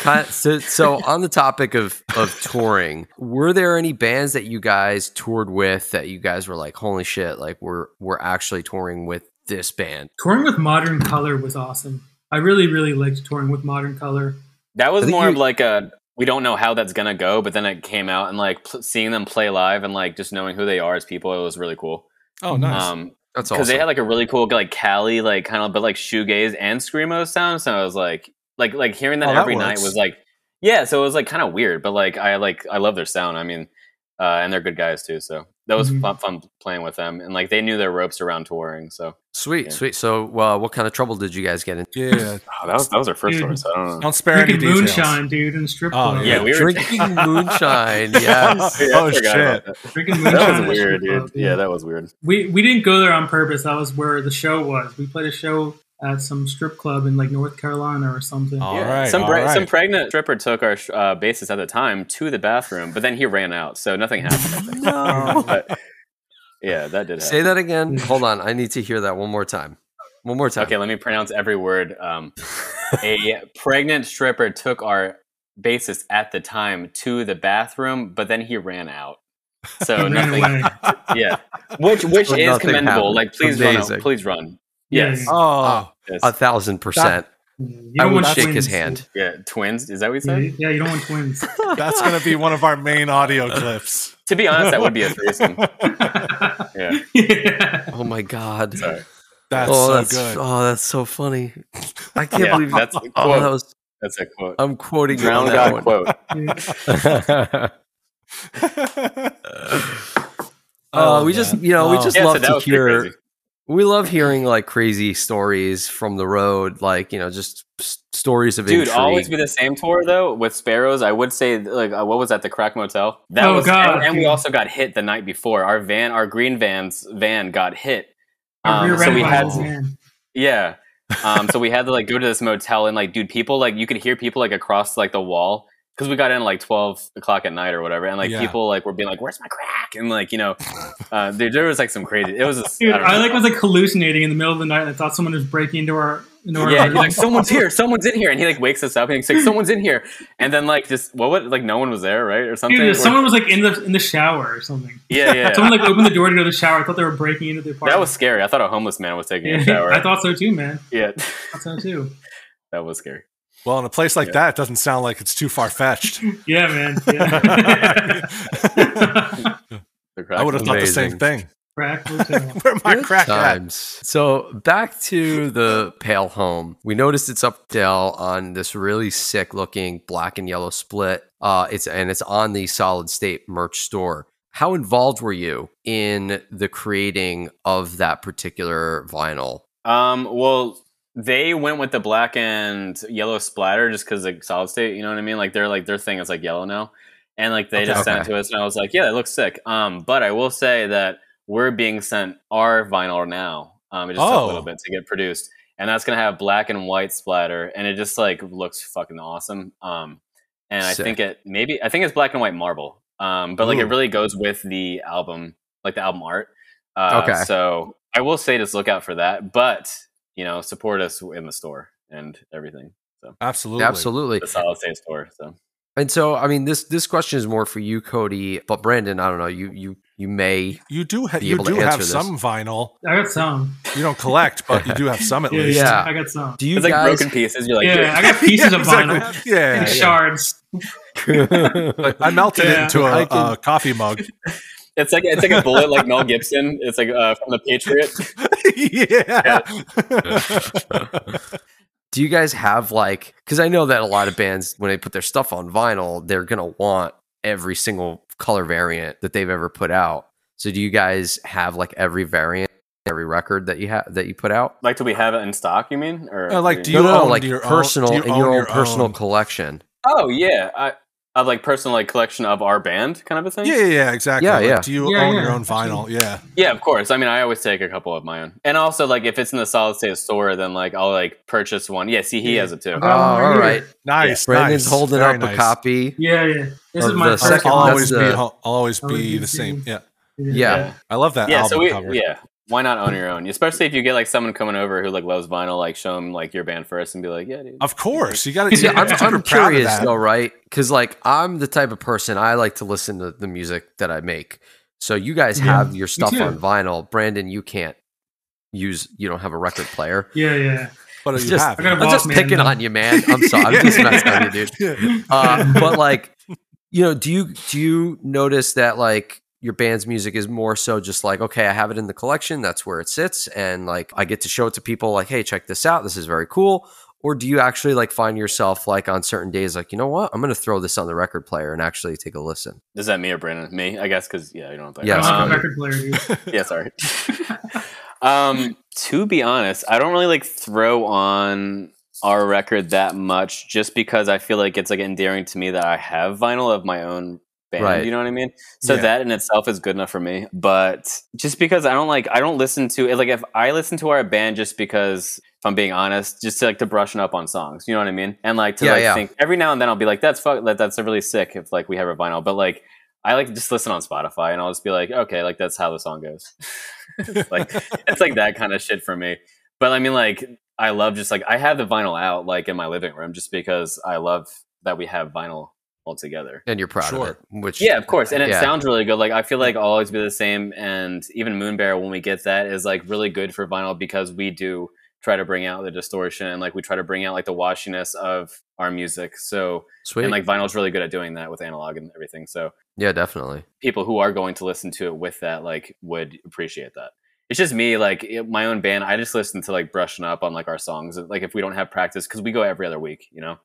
A: Kind- so, so on the topic of of touring, were there any bands that you guys toured with that you guys were like, holy shit, like we're we're actually touring with this band?
D: Touring with Modern Color was awesome. I really, really liked touring with Modern Color.
C: That
A: I
C: was
A: think
C: more
A: you-
C: of like a we don't know how that's gonna go, but then it came out and like pl- seeing them play live and like just knowing who they are as people, it was really cool.
B: oh, nice.
C: Um,
A: That's
C: because
A: awesome.
C: they had like a really cool like Cali like kind of but like shoegaze and screamo sound. So I was like, like like hearing that
B: Oh, that
C: every night
B: works.
C: was like, yeah. So it was like kind of weird, but like I like I love their sound. I mean, uh, and they're good guys too. So that was
B: Mm-hmm.
C: fun, fun playing with them, and like they knew their ropes around touring. So
A: Sweet,
C: Yeah.
A: sweet. So, uh, what kind of trouble did you guys get in?
B: Yeah.
C: oh, that was that was our first
D: Dude.
C: one. So I don't know.
B: Don't spare any
D: Drinking
B: details.
D: moonshine, dude, in a strip
B: Oh,
D: club.
B: yeah.
C: Yeah, we were
A: Drinking moonshine. Yes.
C: Yeah, I
B: Oh,
C: forgot
B: shit.
C: about that.
D: Drinking moonshine.
C: That
D: in
C: was
D: a strip
C: weird, dude.
D: club,
C: Yeah, that was weird.
D: we we didn't go there on purpose. That was where the show was. We played a show at some strip club in like North Carolina or something.
B: All
C: yeah.
B: right,
C: some
B: all
C: pre-
B: right.
C: some pregnant stripper took our uh, bassist at the time to the bathroom, but then he ran out, so nothing happened. I think.
A: No.
C: but, yeah, that did happen.
A: Say that again. Hold on. I need to hear that one more time. One more time.
C: Okay, let me pronounce every word. Um, a pregnant stripper took our bassist at the time to the bathroom, but then he ran out. So
D: Ran
C: nothing.
D: away.
C: Yeah, which which
A: So
C: is
A: nothing
C: commendable.
A: happened.
C: Like, please run.
A: Amazing.
C: out, Please run.
D: Yeah.
C: Yes.
D: Oh,
B: Oh,
C: yes.
A: A thousand percent.
D: You
A: I
D: don't
A: would
D: want
A: shake his
D: twins.
A: hand.
C: yeah. Twins. Is that what you
D: Yeah,
C: said?
A: Mm-hmm.
D: you- yeah, you don't want twins.
B: Ah, that's going to be one of our main audio clips.
C: To be honest, that would be a threesome. Yeah.
D: yeah.
A: Oh my god.
C: Sorry.
B: That's
A: oh,
B: so
A: that's
B: good.
A: oh, that's so funny. I can't
C: Yeah.
A: believe
C: That's a quote.
A: Oh, that was.
C: That's a quote.
A: I'm quoting you on
C: Drown
A: that
C: God
A: one.
C: quote.
B: I
A: uh,
B: love
A: we just,
B: that.
A: you know, we
B: Oh.
A: just
C: Yeah, so
A: love
C: that
A: to
C: was pretty
A: hear.
C: crazy.
A: We love hearing like crazy stories from the road, like you know, just s- stories of
C: Dude,
A: intrigue.
C: always be the same tour though with Sparrows. I would say like uh, what was that the Crack Motel? That
D: Oh,
C: was
D: God,
C: and, and we
D: dude.
C: also got hit the night before. Our van, our green van's van got hit. Um,
D: Rear
C: so
D: end
C: we
D: by
C: had
D: this man.
C: yeah. Um, so we had to like go to this motel and like dude, people like you could hear people like across like the wall because we got in at, like twelve o'clock at night or whatever, and like
B: Yeah.
C: people like were being like, "Where's my crack?" and like you know, uh, there, there was like some crazy. It was just,
D: Dude,
C: don't
D: I
C: know.
D: like was like hallucinating in the middle of the night. and I thought someone was breaking into our into our
C: Yeah, he's
D: room.
C: like, someone's here, someone's in here, and he like wakes us up and he's like, someone's in here, and then like just what would like no one was there, right, or something?
D: Dude,
C: We're-
D: someone was like in the in the shower or something.
C: yeah, yeah, yeah.
D: Someone like opened the door to go to the shower. I thought they were breaking into the apartment.
C: that was scary. I thought a homeless man was taking a
D: Yeah,
C: shower.
D: I thought so too, man.
C: yeah,
D: I thought so too.
C: that was scary.
B: well, in a place like
C: Yeah.
B: that, it doesn't sound like it's too far fetched.
D: Yeah, man. Yeah.
B: I
C: The crack
B: would have thought the same
A: Amazing.
B: thing.
D: Crack hotel.
B: Where my
A: Good
B: crack at?
A: times. So back to the pale home. We noticed it's up Dell on this really sick looking black and yellow split. Uh, it's and it's on the solid state merch store. How involved were you in the creating of that particular vinyl?
C: Um, well, they went with the black and yellow splatter just because like solid state. You know what I mean? Like they're like their thing is like yellow now, and like they
B: Okay.
C: just sent
A: Okay.
C: it to us, and I was like, yeah, it looks sick. Um, but I will say that we're being sent our vinyl now. Um, it just took a
B: Oh.
C: little bit to get produced, and that's gonna have black and white splatter, and it just like looks fucking awesome. Um, and I
A: Sick.
C: think it maybe I think it's black and white marble. Um, but like it
B: Ooh.
C: really goes with the album, like the album art. Uh,
A: Okay.
C: So I will say just look out for that, but you know, support us in the store and everything.
B: Absolutely.
A: Absolutely.
C: The solid state store. So
A: And so, I mean, this this question is more for you, Cody, but Brandon, I don't know. You you you may.
B: You do, ha-
A: Be
B: you
A: able to
B: do have
A: answer this.
B: some vinyl.
D: I got some.
B: You don't collect, but you do have some at
D: Yeah,
B: least.
A: Yeah.
D: I got some.
A: Do you
C: it's like
A: guys?
C: broken pieces. You're like,
D: yeah,
C: "Here."
D: I got pieces of
B: exactly.
D: vinyl.
B: Yeah,
D: and
B: yeah.
D: shards.
B: I melted it
D: Yeah.
B: into
A: I
B: a,
A: can-
B: a coffee mug.
C: it's like it's like a bullet, like Mel Gibson. It's like uh, from the Patriot.
B: yeah.
A: Do you guys have like cuz I know that a lot of bands when they put their stuff on vinyl, they're going to want every single color variant that they've ever put out. So do you guys have like every variant every record that you have that you put out?
C: Like, do we have it in stock? You mean? Or
B: Uh, like, do
C: you-
B: you own
A: like
B: your own-
A: personal
B: do you
A: in your
B: own
A: own
B: your
A: personal
B: own?
A: collection.
C: oh yeah, I, of like personal like collection of our band kind of a thing.
B: Yeah, yeah, yeah, exactly.
A: Yeah,
B: Like,
A: yeah.
B: Do you
D: Yeah,
B: own
D: yeah,
B: your own vinyl? Yeah.
C: Yeah, of course. I mean, I always take a couple of my own, and also like if it's in the solid state store, then like I'll like purchase one. Yeah, see, he has it too.
D: I
A: Oh,
D: got one
A: all
D: here.
A: right.
B: Nice.
A: Brandon's
B: nice.
A: holding
B: Very
A: up a
B: nice.
A: copy.
D: Yeah, yeah. This
A: Of
D: is my
A: the
D: first
A: second
B: I'll
A: one.
D: one.
B: always
A: That's
B: be
A: the-
B: I'll always
D: Always
B: be
D: be
B: the same.
D: same.
B: Yeah.
A: Yeah.
B: I love that
C: yeah
B: album
C: so we
B: cover.
C: yeah why not own your own especially if you get like someone coming over who like loves vinyl like show them like your band first and be like yeah dude
B: Of course. You got to
D: Yeah,
A: I'm,
D: I'm
A: I'm curious though, right? Because like I'm the type of person I like to listen to the music that I make. So you guys
D: Yeah,
A: have your stuff
D: too.
A: on vinyl. Brandon, you can't use. You don't have a record player.
D: Yeah, yeah.
B: But
A: It's
B: you
A: just-
B: have.
D: I got a
A: I'm just
D: Walkman,
A: picking
D: though.
A: on you, man. I'm sorry. I'm just messing with you, dude.
B: dude.
A: Uh, but like, you know, do you do you notice that like your band's music is more so just like okay, I have it in the collection. That's where it sits, and like I get to show it to people. Like, hey, check this out. This is very cool. or do you actually like find yourself like on certain days like you know what i'm gonna throw this on the record player and actually take a listen
C: Is that me or Brandon? Me, I guess, because yeah, you don't have that.
A: Yeah,
C: Um,
A: it's
D: Uh,
A: good.
D: record player, dude.
C: yeah, sorry. um, to be honest, I don't really like throw on our record that much, just because I feel like it's like endearing to me that I have vinyl of my own band.
A: Right.
C: You know what I mean? So
B: Yeah.
C: that in itself is good enough for me. But just because I don't like, I don't listen to it. Like if I listen to our band, just because if I'm being honest, just to like to brushing up on songs. You know what I mean? And like to
A: Yeah,
C: like
A: yeah.
C: think every now and then I'll be like, that's fuck, that, that's really sick. If like we have a vinyl, but like. I like to just listen on Spotify and I'll just be like, okay, like that's how the song goes. it's like it's like that kind of shit for me. But I mean like I love just like I have the vinyl out like in my living room just because I love that we have vinyl all together.
A: and you're proud
B: Sure.
A: of it which
C: Yeah, of course. And it
A: Yeah.
C: sounds really good. Like I feel like I'll always be the same and even Moonbear when we get that is like really good for vinyl because we do try to bring out the distortion and like we try to bring out like the washiness of our music. So
A: sweet
C: and like vinyl's really good at doing that with analog and everything. So
A: yeah definitely
C: people who are going to listen to it with that like would appreciate that it's just me like it- my own band i just listen to like brushing up on like our songs like if we don't have practice because we go every other week you know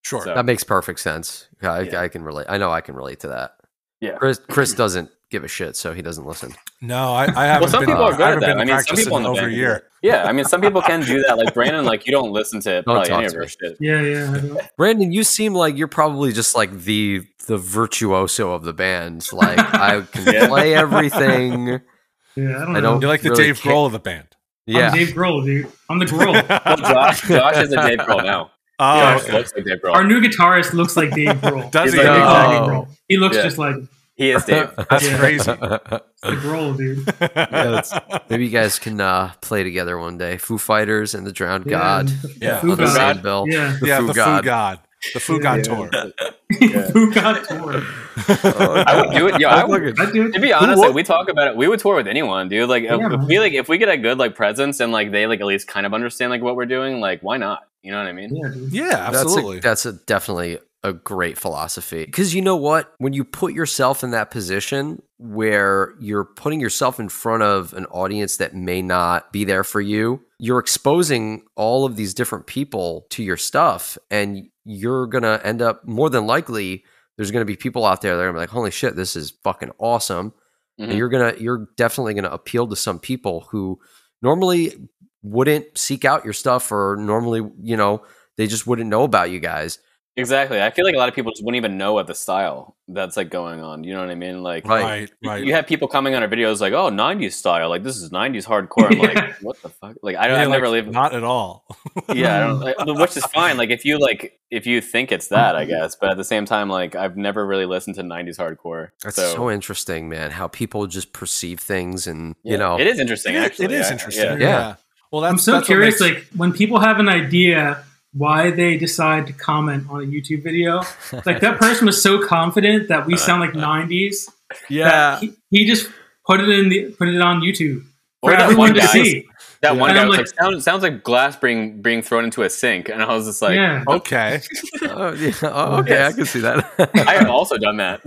B: Sure.
C: So-
A: that makes perfect sense yeah, I,
C: Yeah.
A: I can relate i know i can relate to that
C: Yeah.
A: chris, chris doesn't give a shit so he doesn't listen
B: No, I, I haven't.
C: well some
B: been,
C: people are
B: I
C: good at
B: haven't
C: that
B: been
C: i mean some
B: practicing
C: people in the
B: over
C: band
B: a
C: do
B: year.
C: that. yeah i mean some people can do that like brandon like you don't listen to probably
A: talk
C: any of
A: to
C: our
A: me.
C: shit
D: Yeah, yeah. I don't-
A: Brandon, you seem like you're probably just like the the virtuoso of the band. Like I can
C: Yeah.
A: play everything.
D: Yeah, I don't
A: I
D: know.
A: don't-
B: You're like the
A: Really
B: Dave
A: kick-
B: Grohl of the band.
D: I'm
A: Yeah,
D: Dave Grohl, dude. I'm the Grohl.
C: well, josh josh is a dave grohl now
B: Oh,
C: josh
B: okay.
C: looks like dave
D: Our
C: grohl
D: new guitarist looks like Dave Grohl.
B: Does
C: He's
B: he?
C: like,
D: Dave
A: No.
D: Grohl.
B: Oh,
D: He looks
C: Yeah.
D: just like him.
C: he is dave
B: That's
D: Yeah.
B: crazy.
D: the Grohl, dude.
A: that's- maybe you guys can uh, play together one day. Foo Fighters and the Drowned
D: Yeah,
A: God
D: the
B: Yeah.
D: Foo
A: on the
D: God.
A: same bill.
D: Yeah.
A: The
B: yeah,
A: Foo
B: the
A: God.
B: Foo God. The Foo God
D: Yeah.
B: tour.
D: Foo God tour.
C: i would do it yeah i would
D: I do.
C: To be honest, like we talk about it, we would tour with anyone, dude. Like if,
D: Yeah,
C: if
D: man.
C: we like if we get a good like presence and like they like at least kind of understand like what we're doing, like why not? You know what I mean?
D: Yeah, dude.
B: Yeah, absolutely.
A: That's, a, that's a definitely a great philosophy. Because you know what? When you put yourself in that position where you're putting yourself in front of an audience that may not be there for you, you're exposing all of these different people to your stuff. And you're going to end up more than likely, there's going to be people out there that are gonna be like, holy shit, this is fucking awesome.
C: Mhm.
B: Mm-hmm.
A: And you're going to, you're definitely going to appeal to some people who normally wouldn't seek out your stuff or normally, you know, they just wouldn't know about you guys.
C: Exactly. I feel like a lot of people just wouldn't even know what the style that's like going on. You know what I mean? Like
A: Right.
B: right, right.
C: you have people coming on our videos like, "Oh, '90s style, like this is '90s hardcore." I'm
D: Yeah.
C: like, what the fuck? Like I don't,
B: Yeah,
C: I've never
B: like,
C: lived.
B: Not at all.
C: yeah, I don't, like, which is fine. Like if you like if you think it's that, I guess. But at the same time, like I've never really listened to '90s hardcore.
A: That's so, interesting, man. How people just perceive things, and
C: yeah.
A: you know,
C: it is interesting.
B: It is-
C: actually,
B: it is
C: I-
B: interesting.
C: yeah.
B: Yeah. Well, that's
D: I'm so
B: that's what
D: curious.
B: makes-
D: Like when people have an idea, why they decide to comment on a YouTube video? It's Like that person was so confident that we sound
C: Uh,
D: like '90s.
B: yeah,
D: He, he just put it in the put it on YouTube
C: Or
D: for
C: that
D: everyone
C: one
D: to
C: guy.
D: see.
C: That
B: Yeah.
C: one
D: And
C: guy
D: I'm
C: was
D: like-
C: like, sounds, sounds like glass being being thrown into a sink, and I was just like,
D: yeah.
B: okay.
A: oh, yeah, oh, okay,
C: Yes.
A: I can see
C: I have also done that.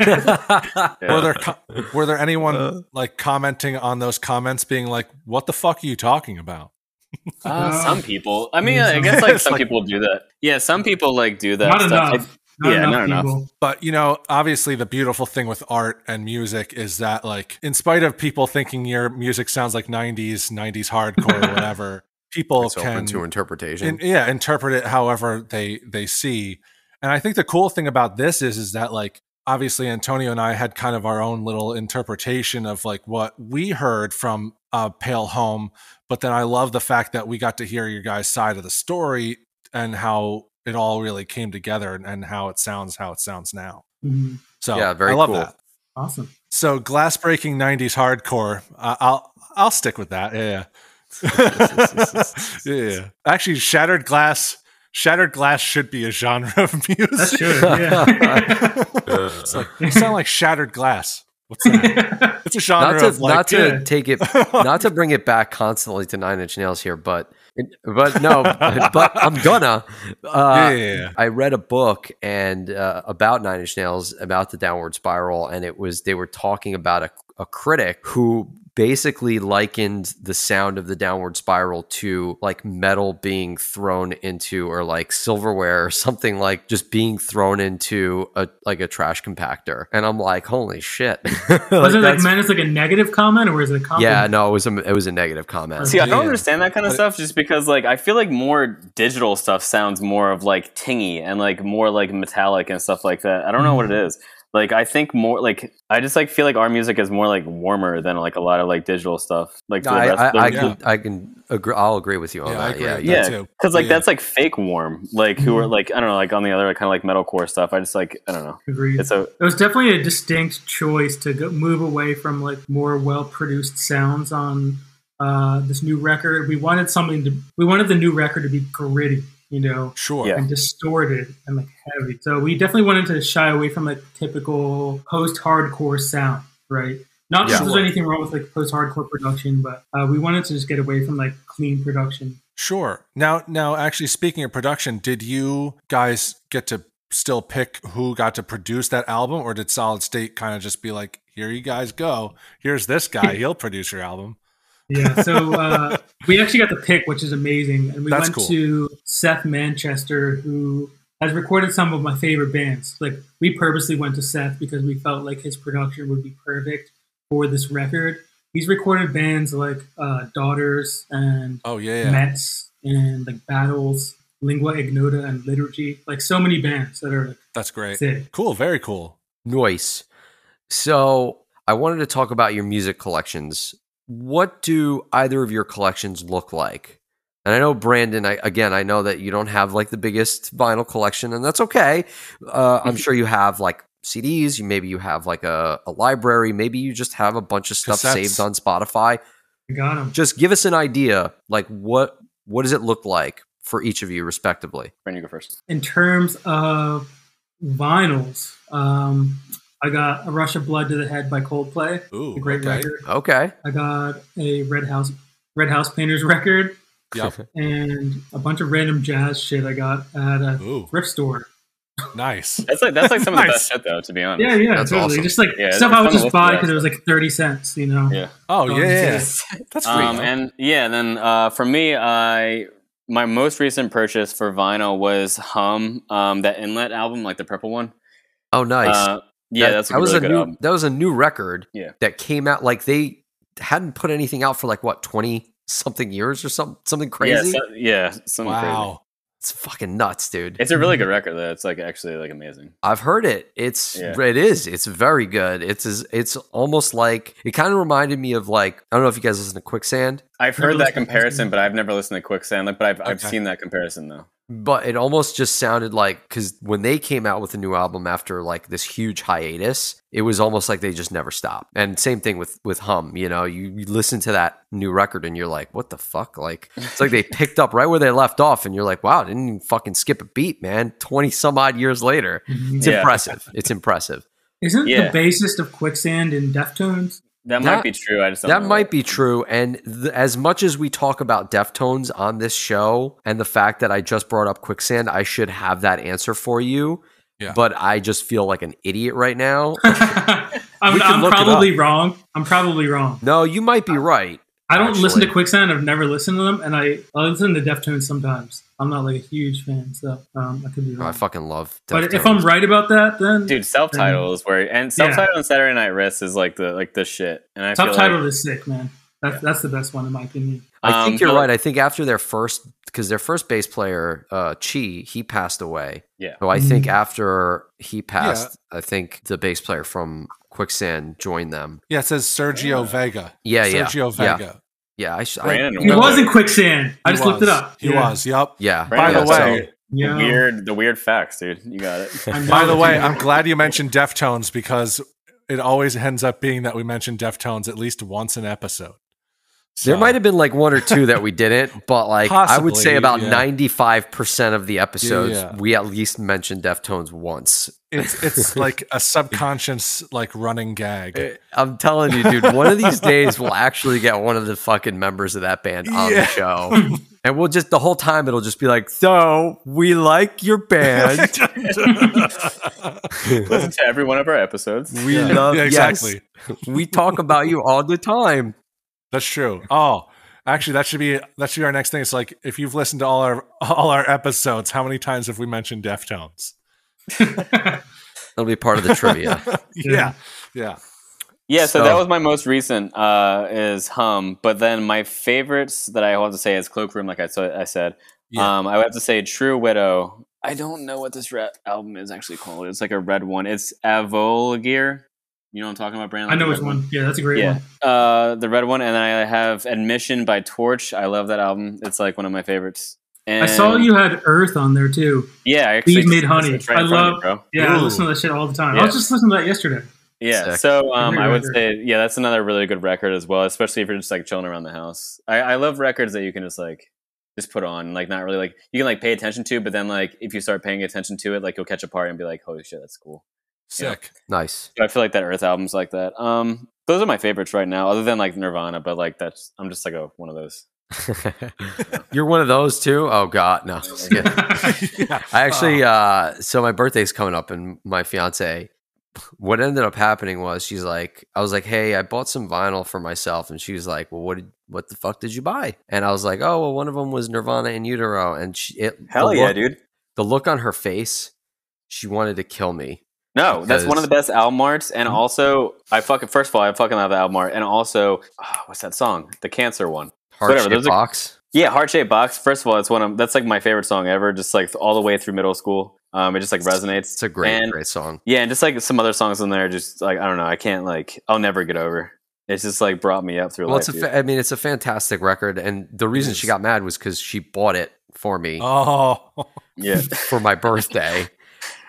A: that.
C: Yeah.
B: Were there co- were there anyone
A: Uh.
B: like commenting on those comments, being like, "What the fuck are you talking about?"
D: Uh,
C: some people, I mean, I
D: some-
C: guess like
B: It's
C: some
B: like-
C: people do that. Yeah, some people like do that.
D: not
C: stuff.
D: enough.
C: yeah,
D: Not
C: not enough.
D: enough people.
B: But you know, obviously, the beautiful thing with art and music is that, like, in spite of people thinking your music sounds like '90s, '90s hardcore, or whatever, people
A: it's
B: can
A: open to interpretation.
B: in- yeah interpret it however they they see and i think the cool thing about this is is that like obviously antonio and i had kind of our own little interpretation of like what we heard from uh, pale home but then i love the fact that we got to hear your guys side of the story and how it all really came together and, and how it sounds how it sounds now
D: Mhm.
B: so
A: Yeah, very
B: i love
A: cool.
B: that
D: Awesome.
B: so glass breaking '90s hardcore. Uh, I'll I'll stick with that. Yeah, yeah. yeah. Actually, shattered glass. Shattered glass should be a genre of
D: That's
B: music.
D: true. Yeah.
B: it's like you sound like shattered glass. What's that? It's a
A: not
B: genre
A: to
B: of like.
A: not to
D: yeah.
A: take it, not to bring it back constantly to Nine Inch Nails here, but but no, but I'm gonna. Uh,
B: yeah, yeah, yeah.
A: I read a book and uh, about Nine Inch Nails about the downward spiral, and it was they were talking about a, a critic who basically likened the sound of the downward spiral to like metal being thrown into or like silverware or something like just being thrown into a like a trash compactor. And I'm like, holy shit. like,
D: Was it like
A: that's-
D: minus like a negative comment or was it a compliment?
A: yeah, no, it was a it was a negative comment.
C: See, I don't
B: Yeah.
C: understand that kind of
B: But-
C: stuff just because like I feel like more digital stuff sounds more of like tingy and like more like metallic and stuff like that. I don't know what
B: Mm-hmm.
C: it is. Like I think more like I just like feel like our music is more like warmer than like a lot of like digital stuff. Like
A: No, I, I, I
B: yeah.
A: can I can agree. I'll agree with you on
B: Yeah, I
A: that.
B: agree.
A: uh, Yeah,
B: with
A: yeah.
B: that
C: yeah.
B: too.
C: because like
B: Yeah. Mm-hmm.
C: that's like fake warm. Like who are like I don't know like on the other kind of like metalcore stuff. I just like I don't know.
D: Agreed.
C: It's a
D: it was definitely a distinct choice to go, move away from like more well-produced sounds on uh, this new record. We wanted something to we wanted the new record to be gritty, you know,
B: Sure.
C: Yeah.
D: and distorted and like heavy. So we definitely wanted to shy away from like typical post-hardcore sound, right? Not that
A: Yeah.
D: there's anything wrong with like post-hardcore production, but uh, we wanted to just get away from like clean production.
B: Sure. Now, now, actually, speaking of production, did you guys get to still pick who got to produce that album, or did Solid State kind of just be like, "Here you guys go. Here's this guy. He'll produce your album."
D: Yeah, so uh, we actually got the pick, which is amazing, and we
B: That's
D: went
B: cool.
D: to Seth Manchester, who has recorded some of my favorite bands. Like we purposely went to Seth because we felt like his production would be perfect for this record. He's recorded bands like uh, Daughters and
B: Oh yeah. yeah.
D: Mets and like Battles, Lingua Ignota, and Liturgy. Like so many bands that are like
B: That's great.
D: sick.
B: Cool. Very cool.
A: Noise. So I wanted to talk about your music collections. What do either of your collections look like? And I know Brandon. I, again, I know that you don't have like the biggest vinyl collection, and that's okay. Uh, I'm sure you have like CDs. You maybe you have like a, a library. Maybe you just have a bunch of stuff
B: Cassettes.
A: saved on Spotify.
D: I got him.
A: Just give us an idea. Like what what does it look like for each of you, respectively?
C: Brandon, you go first.
D: in terms of vinyls, um, I got A Rush of Blood to the Head by Coldplay,
B: Ooh.
D: a great
B: okay.
D: record.
A: Okay.
D: I got a Red House Red House Painters record
B: Yep.
D: and a bunch of random jazz shit I got at a
B: Ooh.
D: thrift store.
B: Nice.
C: That's like that's like some of the
B: Nice.
C: best shit though. To be honest.
D: Yeah, yeah,
A: That's
D: totally.
A: awesome.
D: Just like
C: Yeah,
D: stuff
C: it's
D: I would
C: fun to
D: just
C: listen to
D: buy
C: that.
D: because it was like thirty cents, you know.
C: Yeah.
B: Oh
D: Um,
B: yeah. yeah.
D: so-
B: That's great.
C: Um, and yeah, then uh, for me, I my most recent purchase for vinyl was Hum, um, that Inlet album, like the purple one.
A: Oh, nice.
C: Uh, yeah,
A: That-
C: that's a
A: that was
C: really
A: a
C: good
A: new
C: album.
A: that was a new record
C: Yeah.
A: that came out like they hadn't put anything out for like what 20 something years or something something crazy
C: Yeah, so, yeah something crazy.
B: wow.
A: it's fucking nuts dude
C: It's a really good record though. It's like actually like amazing.
A: i've heard it it's
C: Yeah.
A: it is it's very good it's as- it's almost like it kind of reminded me of like i don't know if you guys listen to quicksand
C: I've
D: Never
C: heard that
D: listened to
C: comparison,
D: Quicksand.
C: but I've never listened to Quicksand. Like, but I've I've
B: Okay.
C: seen that comparison though.
A: but it almost just sounded like because when they came out with a new album after like this huge hiatus it was almost like they just never stopped and same thing with with hum you know you, you listen to that new record and you're like what the fuck like it's like they picked up right where they left off and you're like wow didn't even fucking skip a beat man 20 some odd years later
D: Mhm.
A: it's
C: Yeah.
A: impressive it's impressive
D: Isn't
C: Yeah.
D: the bassist of Quicksand in Deftones?
C: That
A: That-
C: might be true. I just don't
A: that
C: know.
A: might be true. And th- as much as we talk about Deftones on this show and the fact that I just brought up Quicksand, I should have that answer for you.
B: Yeah.
A: But I just feel like an idiot right now.
D: I'm,
A: We can
D: I'm
A: look it
D: probably wrong. I'm probably wrong.
A: no, you might be right.
D: I don't listen to
A: actually.
D: Quicksand. I've never listened to them, and I, I listen to Deftones sometimes. I'm not like a huge fan, so um, I could be
B: Oh,
A: No, I
D: wrong.
A: fucking love Deftones.
D: but if I'm right about that, then
C: Dude, self title is where and
D: Yeah.
C: self title and Saturday Night Rest is like the like the shit. And I feel
D: subtitle
C: like,
D: is sick, man. That's that's the best one in my opinion.
A: I think
C: um,
A: you're
C: but-
A: right. I think after their first, because their first bass player, uh, Chi, he passed away.
C: Yeah.
A: So I think
D: Mhm.
A: after he passed, I think the bass player from Quicksand joined them.
B: Yeah. It says Sergio
C: Yeah.
B: Vega.
A: Yeah, yeah.
B: Sergio
A: yeah.
B: Vega.
A: Yeah, I, sh- I-
C: Brandon
D: He
C: was
D: was
C: a
D: in Quicksand. I
B: He
D: just looked it
B: was.
D: up.
B: He
D: Yeah.
B: was. Yep.
A: yeah.
B: By the
C: Brandon
A: Yeah,
C: was
A: so-
B: way,
C: a-
D: Yeah.
C: weird the weird facts, dude. You got it.
D: I know
B: By the
D: it's
B: way,
D: weird.
B: I'm glad you mentioned Deftones because it always ends up being that we mention Deftones at least once an episode.
A: There
B: So-
A: might have been like one or two that we didn't, but like I would say
B: Possibly,
A: about
B: yeah.
A: ninety-five percent of the episodes,
B: yeah.
A: we at least mentioned Deftones once.
B: it's it's like a subconscious like running gag.
A: I'm telling you, dude, one of these days we'll actually get one of the fucking members of that band on the
B: Yeah.
A: show. And we'll just the whole time it'll just be like, so we like your band.
C: Listen to every one of our episodes.
A: We
B: Yeah.
A: love
B: Yeah,
A: yes,
B: exactly.
A: we talk about you all the time.
B: That's true. Oh, actually, that should be that should be our next thing. It's like if you've listened to all our all our episodes, how many times have we mentioned Deftones?
A: That'll be part of the trivia.
B: yeah, yeah.
C: Yeah, so,
A: So-
C: that was my most recent uh, is Hum, but then my favorites that I have to say is Cloakroom, like I, so, I said.
B: Yeah.
C: Um, I would have to say True Widow. I don't know what this rap album is actually called. It's like a red one. It's Avolagir. You know what I'm talking about, Brandon?
D: I know
C: The
D: which
C: red
D: one. Yeah, that's a great
C: Yeah,
D: one.
C: uh, the red one, and I have Admission by Torch. I love that album. It's like one of my favorites. And
D: I saw you had Earth on there too.
C: Yeah, I actually
D: We've Made
C: it's
D: Honey.
C: right in
D: I
C: front of
D: love-
C: you, bro.
D: Yeah, I
B: Ooh.
D: listen to that shit all the time. I was
C: Yeah.
D: just listening to that yesterday.
C: Yeah,
A: Sick.
C: so um,
D: Great
C: I would
D: record.
C: say, yeah, that's another really good record as well, especially if you're just like chilling around the house. I, I love records that you can just like just put on, like not really like you can like pay attention to, but then like if you start paying attention to it, like you'll catch a part and be like, holy shit, that's cool.
B: Sick.
A: nice.
C: So I feel like that Earth album's like that. Um, those are my favorites right now, other than like Nirvana, but like that's I'm just like a one of those.
A: You're one of those too? Oh God, no. Just kidding.
B: yeah.
A: I actually, uh, so my birthday's coming up, and my fiance, what ended up happening was she's like, I was like, hey, I bought some vinyl for myself, and she was like, well, what did, what the fuck did you buy? And I was like, oh, well, one of them was Nirvana in Utero, and she, it, the look,
C: dude!
A: The look on her face, she wanted to kill me.
C: No, that's one of the best album arts, and also I fucking first of all I fucking love the album art, and also ah, what's that song? The Cancer one.
A: Heart
C: Whatever,
A: shaped
C: those are-
A: box.
C: Yeah, Heart Shaped Box. First of all, it's one of that's like my favorite song ever. Just like all the way through middle school, um, it just like resonates.
A: It's a great,
C: And-
A: great song.
C: Yeah, and just like some other songs in there, just like I don't know, I can't like I'll never get over. It's just like brought me up through
A: Well,
C: life.
A: it's a,
C: dude.
A: fa- I mean, it's a fantastic record, and the reason she
B: is.
A: got mad was because she bought it for me
B: Oh,
C: yeah.
A: for my birthday,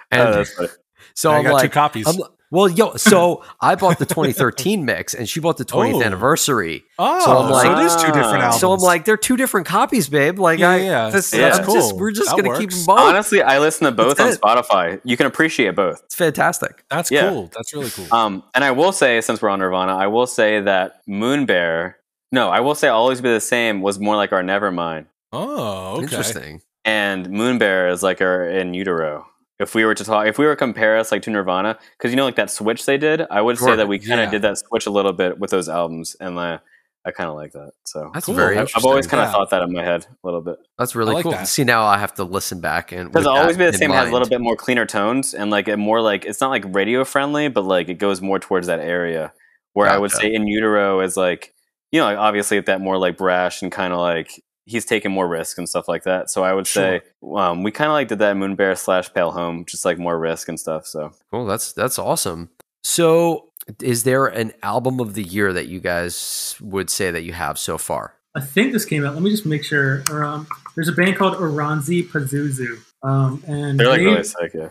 A: and
C: Oh, that's funny.
A: so
B: I
A: I'm
B: got two
A: like,
B: copies.
A: I'm- well, yo, so I bought the 2013 mix and she bought the 20th
B: Oh.
A: anniversary.
B: oh,
A: so I'm like-
B: it is two different
C: Ah.
B: albums.
A: So I'm like, they're two different copies, babe. Like,
B: Yeah,
A: I,
B: yeah.
A: This,
C: Yeah.
A: I'm
C: That's
A: just-
B: cool.
A: we're just
B: That
A: going to keep
B: works.
A: them both.
C: Honestly, I listen to both on
A: Oh! That's it.
C: Spotify. You can appreciate both.
A: it's fantastic.
B: that's
C: yeah.
B: cool. That's really cool.
C: Um, and I will say, since we're on Nirvana, I will say that Moonbear. No, I will say Always Be the Same was more like our Nevermind,
B: oh, okay.
A: Interesting.
C: and Moonbear is like our In Utero. If we were to talk, if we were to compare us like to Nirvana, because you know like that switch they did, I would
A: Sure,
C: say that we kind of
B: yeah.
C: did that switch a little bit with those albums, and uh, I kind of like that. So
A: That's
B: Cool.
A: very
C: I,
A: interesting.
C: I've always kind of
B: Yeah.
C: thought that in my head a little bit
A: That's really
B: I like
A: cool.
B: that.
A: See, now I have to listen back and
C: because
A: with
C: Always
A: that
C: Be the
A: in
C: Same has a little
A: mind.
C: bit more cleaner tones and like it more like it's not like radio friendly, but like it goes more towards that area where I would
A: Gotcha.
C: say In Utero is like you know like, obviously that more like brash and kind of like he's taking more risk and stuff like that. So I would say um, we kind of like did that in Moonbear slash Pale Home, just like more risk and stuff. So.
A: Cool. That's that's awesome. So, is there an album of the year that you guys would say that you have so far?
D: I think this came out. Let me just make sure. Um, there's a band called Oranzi Pazuzu. Um, and
C: They're like
D: they-
C: really sick, yeah.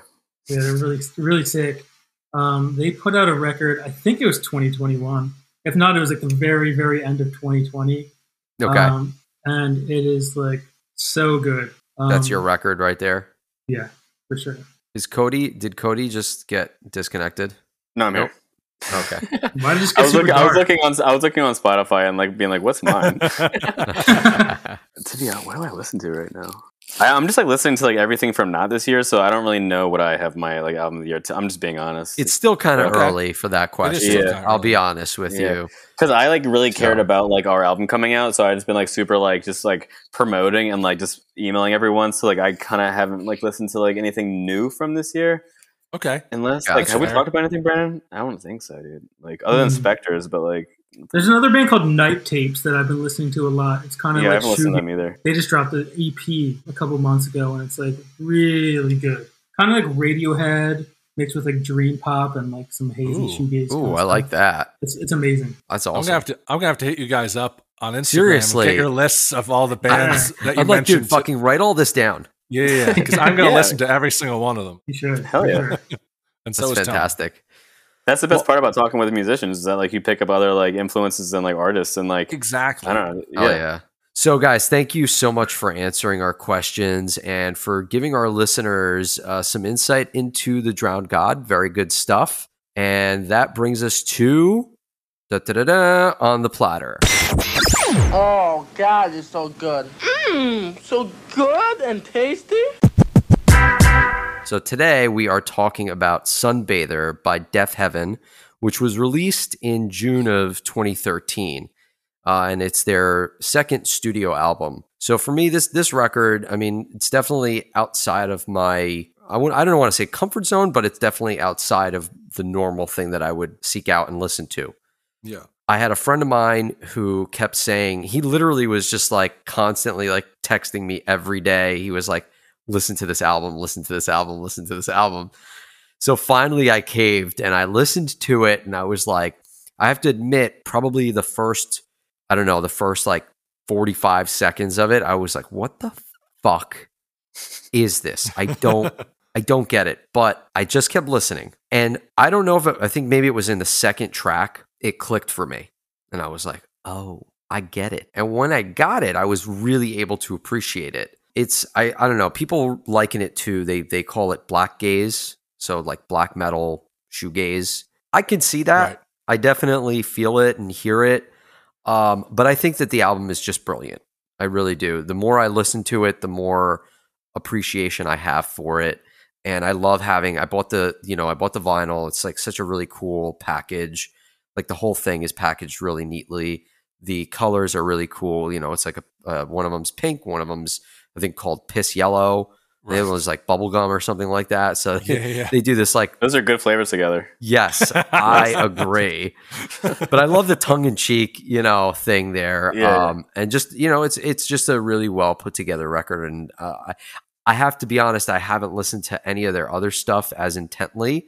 D: Yeah, they're really really sick. Um, they put out a record. I think it was 2021. If not, it was like the very very end of 2020.
A: Okay,
D: Um, and it is like so good. Um,
A: that's your record right there.
D: Yeah, for sure.
A: Is Cody? Did Cody just get disconnected?
C: No, I'm
A: Nope.
C: here.
A: Okay.
D: Why did it just
C: I
D: get
C: was
D: super
C: looking. I was
D: dark?
C: looking on. I was looking on Spotify and like being like, "What's mine?"
A: That's
C: to be honest, what do I listen to right now? I, I'm just like listening to like everything from not this year, so I don't really know what I have my like album of the year. To. I'm just being honest.
A: It's still kind of
B: Okay.
A: early for that question.
C: still
B: Yeah. kinda
A: I'll be
B: early.
A: honest with
C: Yeah.
A: you.
C: because I like really cared
A: So-
C: about like our album coming out, so I just been like super like just like promoting and like just emailing everyone. So like I kind of haven't like listened to like anything new from this year,
B: okay.
C: unless
A: Yeah,
C: like
A: that's
C: have we
B: fair.
C: talked about anything, Brandon? I don't think so, dude. Like other
A: Hmm.
C: than
D: Mm.
C: Spectres, but like
D: There's another band called Night Tapes that I've been listening to a lot. It's kind
C: yeah,
D: of
C: I
D: like
C: haven't listened to
D: shoe-
C: them either.
D: they just dropped an EP a couple months ago, and it's like really good. Kind of like Radiohead mixed with like dream pop and like some hazy
B: Ooh.
D: shoegaze. kind
A: Ooh,
D: of
A: I like
D: stuff.
A: that.
D: It's it's amazing.
A: That's
B: I'm gonna
A: awesome.
B: have to. I'm gonna have to hit you guys up on Instagram. and
A: Seriously.
B: get your lists of all the bands that you
A: I'm like,
B: mentioned.
A: dude, fucking write all this down.
B: yeah, yeah. Because I'm gonna
C: Yeah.
B: listen to every single one of them,
D: You should.
C: Hell
D: for
C: yeah.
D: sure.
B: and so
A: That's
B: is Tom.
A: fantastic.
C: That's the best part about talking with musicians is that like you pick up other like influences and like artists and like
B: Exactly.
C: I don't know. Yeah.
A: Oh yeah. So guys, thank you so much for answering our questions and for giving our listeners uh, some insight into the drowned god. Very good stuff. And that brings us to da da da da on the platter.
E: Oh, God, it's so good. Mmm, so good and tasty.
A: So today we are talking about Sunbather by Death Heaven, which was released in June of 2013. uh, and it's their second studio album. So for me, this this record, I mean, it's definitely outside of my I w- I don't want to say comfort zone, but it's definitely outside of the normal thing that I would seek out and listen to.
B: Yeah.
A: I had a friend of mine who kept saying he literally was just like constantly like texting me every day. He was like, "Listen to this album, listen to this album, listen to this album." So finally, I caved and I listened to it, and I was like, I have to admit, probably the first, I don't know, the first like forty-five seconds of it, I was like, "What the fuck is this? I don't." I don't get it, but I just kept listening. And I don't know if it, I think maybe it was in the second track, it clicked for me. And I was like, oh, I get it. And when I got it, I was really able to appreciate it. It's, I, I don't know, people liken it to, they, they call it black gaze. So like black metal, shoegaze. I can see that.
B: Right.
A: I definitely feel it and hear it. Um, but I think that the album is just brilliant. I really do. The more I listen to it, the more appreciation I have for it and I love having I bought the you know I bought the vinyl it's like such a really cool package like the whole thing is packaged really neatly the colors are really cool you know it's like a uh, one of them's pink one of them's I think called piss yellow the other one's like bubblegum or something like that so
B: Yeah, yeah.
A: they do this like
C: Those are good flavors together.
A: yes I agree but I love the tongue in cheek, you know, thing there.
C: Yeah.
A: Um, and just you know, it's it's just a really well put together record. And uh, I, I have to be honest, I haven't listened to any of their other stuff as intently,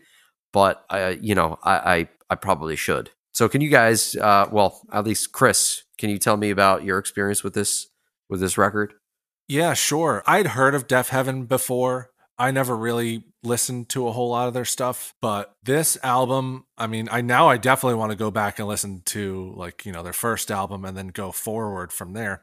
A: but uh, you know, I, I I probably should. So can you guys? Uh, well, at least Chris, can you tell me about your experience with this with this record?
B: Yeah, sure. I'd heard of Deaf Heaven before. I never really listened to a whole lot of their stuff, but this album, I mean, I now I definitely want to go back and listen to like, you know, their first album and then go forward from there.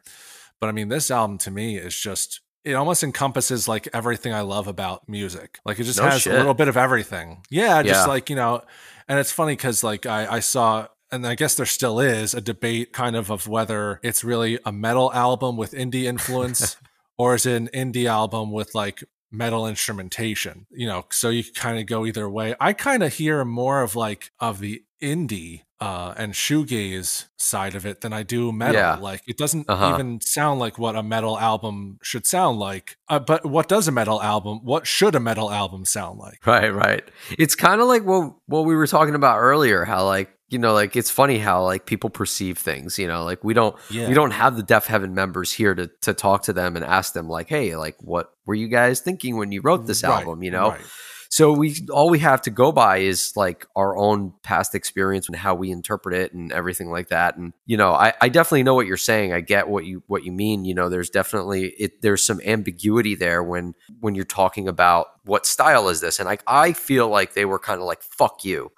B: But I mean, this album to me is just it almost encompasses like everything I love about music. Like it just
A: No
B: has
A: shit.
B: a little bit of everything. Yeah, just
A: Yeah.
B: like, you know, and it's funny because like I, I saw and I guess there still is a debate kind of of whether it's really a metal album with indie influence or is it an indie album with like metal instrumentation you know so you kind of go either way i kind of hear more of like of the indie uh and shoegaze side of it than i do metal
A: Yeah.
B: like it doesn't
A: Uh-huh.
B: even sound like what a metal album should sound like uh, but what does a metal album what should a metal album sound like
A: Right, right. It's kind of like what what we were talking about earlier. How like you know, like it's funny how like people perceive things. You know, like we don't
B: yeah
A: we don't have the deaf heaven members here to to talk to them and ask them like hey like what were you guys thinking when you wrote this
B: Right,
A: album you know
B: right.
A: so we all we have to go by is like our own past experience and how we interpret it and everything like that and you know i i definitely know what you're saying i get what you what you mean you know there's definitely it there's some ambiguity there when when you're talking about what style is this and i i feel like they were kind of like fuck you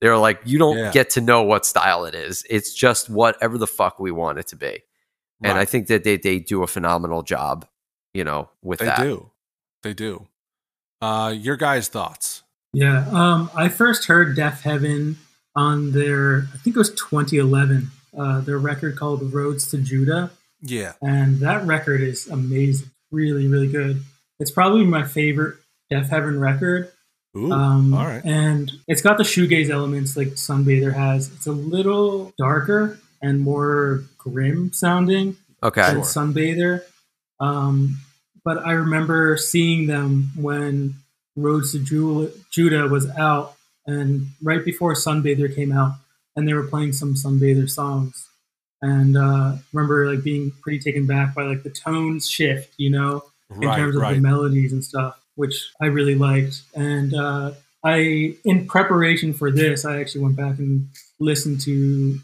A: they're like you don't
B: Yeah.
A: get to know what style it is it's just whatever the fuck we want it to be and I
B: Right.
A: think that they they do a phenomenal job, you know, with
B: they
A: that.
B: do they do uh your guys thoughts
D: Yeah, um, I first heard Deaf Heaven on their, I think it was 2011, uh, their record called Roads to Judah.
B: yeah
D: And that record is amazing. Really, really good. It's probably my favorite Deaf Heaven record.
B: Ooh,
D: Um,
B: all right
D: And it's got the shoegaze elements like Sunbather has. It's a little darker and more grim sounding
A: Okay.
D: than Sunbather. Um, but I remember seeing them when Roads to Ju- Judah was out and right before Sunbather came out, and they were playing some Sunbather songs. And uh, remember like being pretty taken back by like the tones shift, you know? in
B: right
D: terms of the
B: right
D: melodies and stuff, which I really liked. And uh, I, in preparation for this, I actually went back and listened to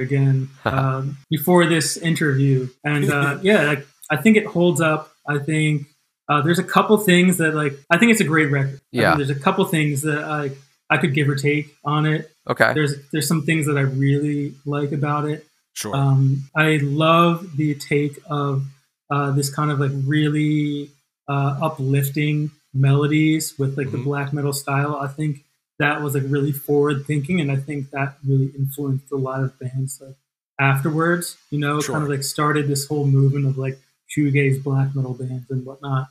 D: again um, before this interview. And uh, yeah, like, I think it holds up. I think uh, there's a couple things that like I think it's a great record. I
A: Yeah.
D: think there's a couple things that I I could give or take on it.
A: Okay.
D: There's there's some things that I really like about it.
B: sure
D: Um, I love the take of uh, this kind of like really uh, uplifting melodies with like the
B: Mhm.
D: black metal style. I think that was like really forward thinking, and I think that really influenced a lot of bands like afterwards. You know,
B: Sure.
D: kind of like started this whole movement of like shoegaze black metal bands and whatnot.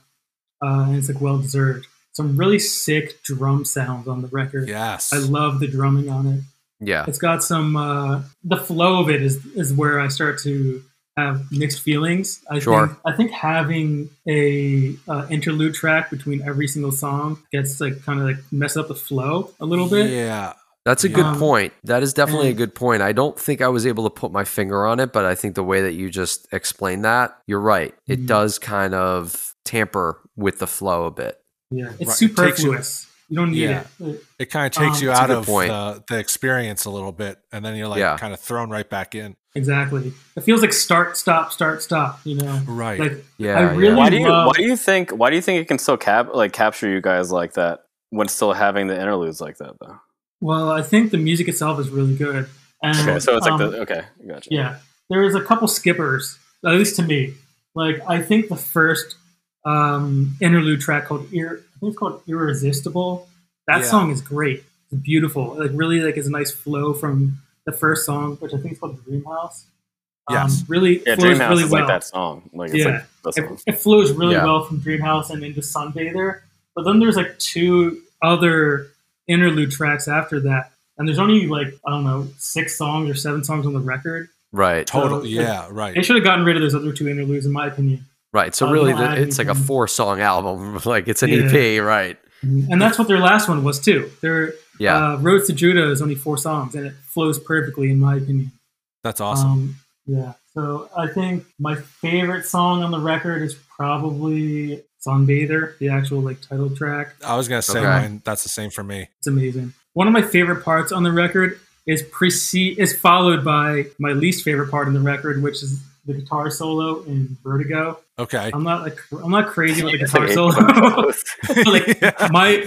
D: Uh, and it's like well deserved. Some really sick drum sounds on the record.
B: yes
D: I love the drumming on it.
A: Yeah.
D: It's got some uh, the flow of it is is where I start to have mixed feelings. I
A: Sure.
D: think I think having a uh, interlude track between every single song gets like kind of like mess up the flow a little bit.
B: Yeah.
A: That's a
D: Yeah.
A: good point. That is definitely a
D: And-
A: good point. I don't think I was able to put my finger on it, but I think the way that you just explained that, you're right. It
D: Mhm.
A: does kind of tamper with the flow a bit.
D: Yeah, it's
B: Right. It takes you-
D: superfluous. You, don't need
B: Yeah.
D: it.
B: It kind of takes
D: Um,
B: you
A: That's a
B: out
A: good
B: of
A: point.
B: the, the experience a little bit, and then you're like
A: Yeah.
B: kind of thrown right back in.
D: Exactly. It feels like start, stop, start, stop. You know,
B: Right.
D: like
A: Yeah.
D: I
A: yeah.
D: really-
C: Why do you
D: love-
C: why do you think why do you think it can still cap like capture you guys like that when still having the interludes like that though?
D: well, I think the music itself is really good. And,
C: Okay, so it's like
D: um,
C: the okay, gotcha.
D: yeah, there is a couple skippers, at least to me. Like I think the first um, interlude track called Ir- I think it's called Irresistible. That
B: Yeah.
D: song is great. It's beautiful. Like really, like is a nice flow from the first song, which I think is called Dream House. Um,
B: Yes.
D: really
C: Yeah,
D: flows
C: Dreamhouse
D: really
C: is
D: well.
C: like that song. Like it's
D: Yeah.
C: like the song.
D: it, it flows really
A: Yeah.
D: well from Dreamhouse and into Sunbather. But then there's like two other interlude tracks after that, and there's only like I don't know six songs or seven songs on the record.
A: Right.
B: Total.
D: So,
B: yeah. Right.
D: They should have gotten rid of those other two interludes, in my opinion.
A: Right. So
D: Uh,
A: really,
D: no,
A: the,
D: I
A: it's like a
D: didn't-
A: four song album. Like it's an
D: Yeah.
A: EP, right?
D: And that's what their last one was too. Their
A: Yeah.
D: uh, Roads to Judah is only four songs, and it flows perfectly, in my opinion.
B: That's awesome.
D: Um, yeah. So I think my favorite song on the record is probably Sunbather, the actual like title track.
B: I was gonna say
A: Okay.
B: mine. That's the same for me.
D: It's amazing. One of my favorite parts on the record is precede is followed by my least favorite part on the record, which is the guitar solo in Vertigo.
B: Okay.
D: I'm not like cr- I'm not crazy about the guitar
C: Like,
D: solo. like
B: Yeah.
D: my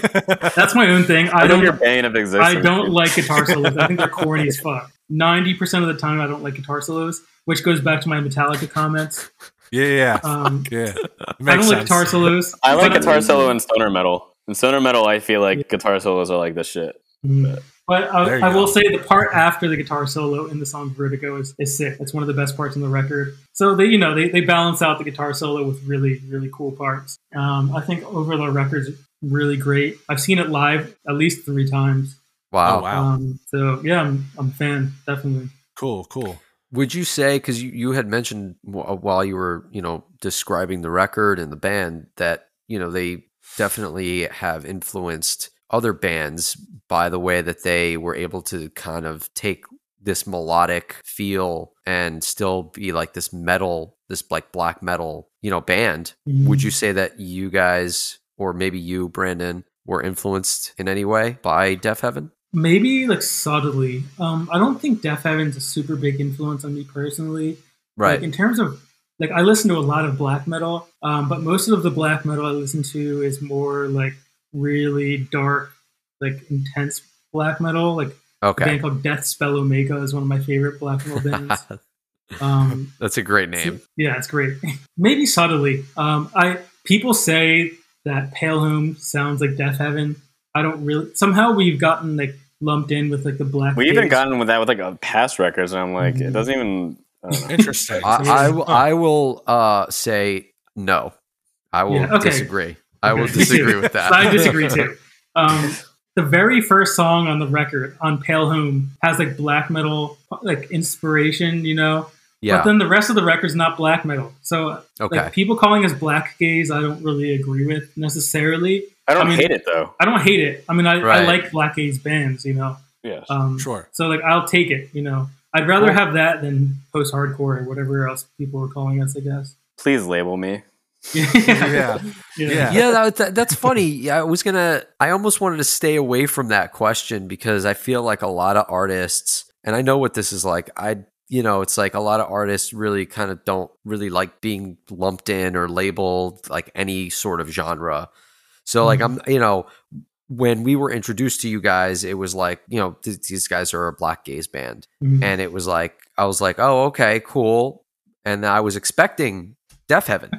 D: that's my own thing.
C: I
D: I
C: think
D: don't
C: you're bane of existence.
D: I don't
C: dude.
D: like guitar solos. I think they're corny as fuck. Ninety percent of the time, I don't like guitar solos, which goes back to my Metallica comments.
B: yeah. Yeah.
D: Um,
B: Yeah.
D: I don't
B: Makes
D: like guitar
B: sense.
D: solos.
C: I like
D: but-
C: guitar solo and stoner metal. In stoner metal, I feel like guitar solos are like the shit.
D: Mm. But
B: There
D: I,
B: you
D: I will
B: go.
D: say the part after the guitar solo in the song Vertigo is, is sick. That's one of the best parts on the record. So they, you know, they, they balance out the guitar solo with really, really cool parts. Um, I think overall the record's really great. I've seen it live at least three times.
A: Wow.
B: Oh, wow.
D: Um, so yeah, I'm, I'm a fan, definitely.
B: Cool. Cool.
A: Would you say because you, you had mentioned wh- uh, while you were you know describing the record and the band that you know they definitely have influenced other bands by the way that they were able to kind of take this melodic feel and still be like this metal this like black metal you know band
D: Mm-hmm.
A: would you say that you guys or maybe you brandon were influenced in any way by deaf heaven
D: Maybe like subtly. Um, I don't think Deaf Heaven's a super big influence on me personally. Like
A: right
D: in terms of like I listen to a lot of black metal, um, but most of the black metal I listen to is more like really dark, like intense black metal. Like a
A: okay
D: band called Death Spell Omega is one of my favorite black metal bands. um,
A: that's a great name
D: yeah, it's great. Maybe subtly. Um, I people say that Pale Home sounds like Death Heaven. I don't really. Somehow we've gotten like lumped in with like the black.
C: We even
D: Gates.
C: gotten with that with like uh, past records, and I'm like,
D: Mhm.
C: it doesn't even. I don't know.
B: Interesting.
A: I, I, will- I will uh, say no. I will
D: Yeah, okay.
A: disagree. I will
D: Okay, me too.
A: disagree with that.
D: I disagree too. Um, the very first song on the record on Pale Home has like black metal like inspiration, you know. But
A: yeah.
D: then the rest of the record's not black metal. So
A: Okay.
D: like people calling us black gaze, I don't really agree with necessarily.
C: I don't
D: I mean-
C: hate it though.
D: I don't hate it. I mean, I, I
A: Right.
D: like black gaze bands, you know.
C: Yeah.
D: Um,
B: Sure.
D: So like I'll take it, you know. I'd rather
A: Cool.
D: have that than post hardcore or whatever else people are calling us. I guess.
C: Please label me.
B: Yeah. Yeah.
A: yeah, that, that, that's funny. Yeah, I was gonna. I almost wanted to stay away from that question because I feel like a lot of artists, and I know what this is like. I, you know, it's like a lot of artists really kind of don't really like being lumped in or labeled like any sort of genre. So, like,
D: Mm-hmm.
A: I'm, you know, when we were introduced to you guys, it was like, you know, th- these guys are a black gaze band.
D: Mhm.
A: and it was like I was like, oh, okay, cool. And I was expecting Deaf Heaven,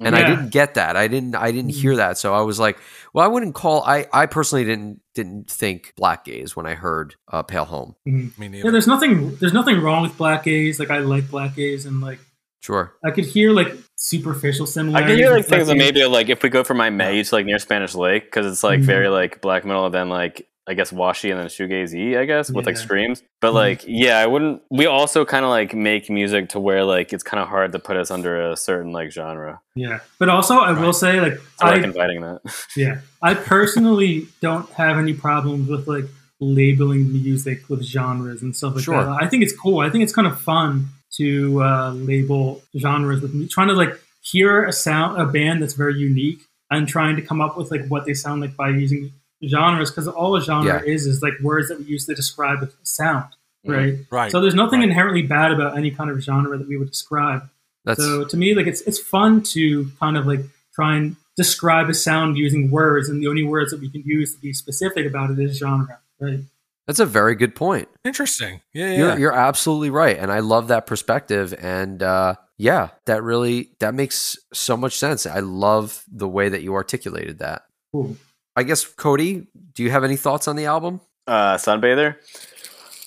A: and I
D: Yeah.
A: didn't get that. I didn't. I didn't hear that. So I was like, well, I wouldn't call. I I personally didn't didn't think Black Gaze when I heard uh, Pale Home.
B: Me neither.
D: Yeah, there's nothing there's nothing wrong with black gaze. Like I like black gaze and like
A: Sure.
D: I could hear like superficial
C: I
D: similarities.
C: can hear like
D: with black
C: things that
D: gaze.
C: maybe like if we go from my May to like near Spanish Lake because it's like
D: Mhm.
C: very like black metal, and then like I guess washy and then shoegaze e, I guess, with like screams. But like, yeah, I wouldn't. We also kind of like make music to where like it's kind of hard to put us under a certain like genre.
D: Yeah. But also, I will say, like,
C: I
D: I,
C: like inviting that.
D: yeah, I personally don't have any problems with like labeling music with genres and stuff like
A: Sure.
D: that. I think it's cool. I think it's kind of fun to uh, label genres with mu- trying to like hear a sound, a band that's very unique, and trying to come up with like what they sound like by using genres because all a genre is is like words that we use to describe a sound,
C: Mhm.
D: right?
B: Right.
D: So there's nothing
B: Right.
D: inherently bad about any kind of genre that we would describe.
A: That's
D: So to me, like it's it's fun to kind of like try and describe a sound using words, and the only words that we can use to be specific about it is genre, right?
A: that's a very good point.
B: Interesting. Yeah, yeah.
A: You're you're absolutely right, and I love that perspective. And uh, yeah, that really that makes so much sense. I love the way that you articulated that.
D: Cool.
A: I guess Cody, do you have any thoughts on the album?
C: Uh, sunbather.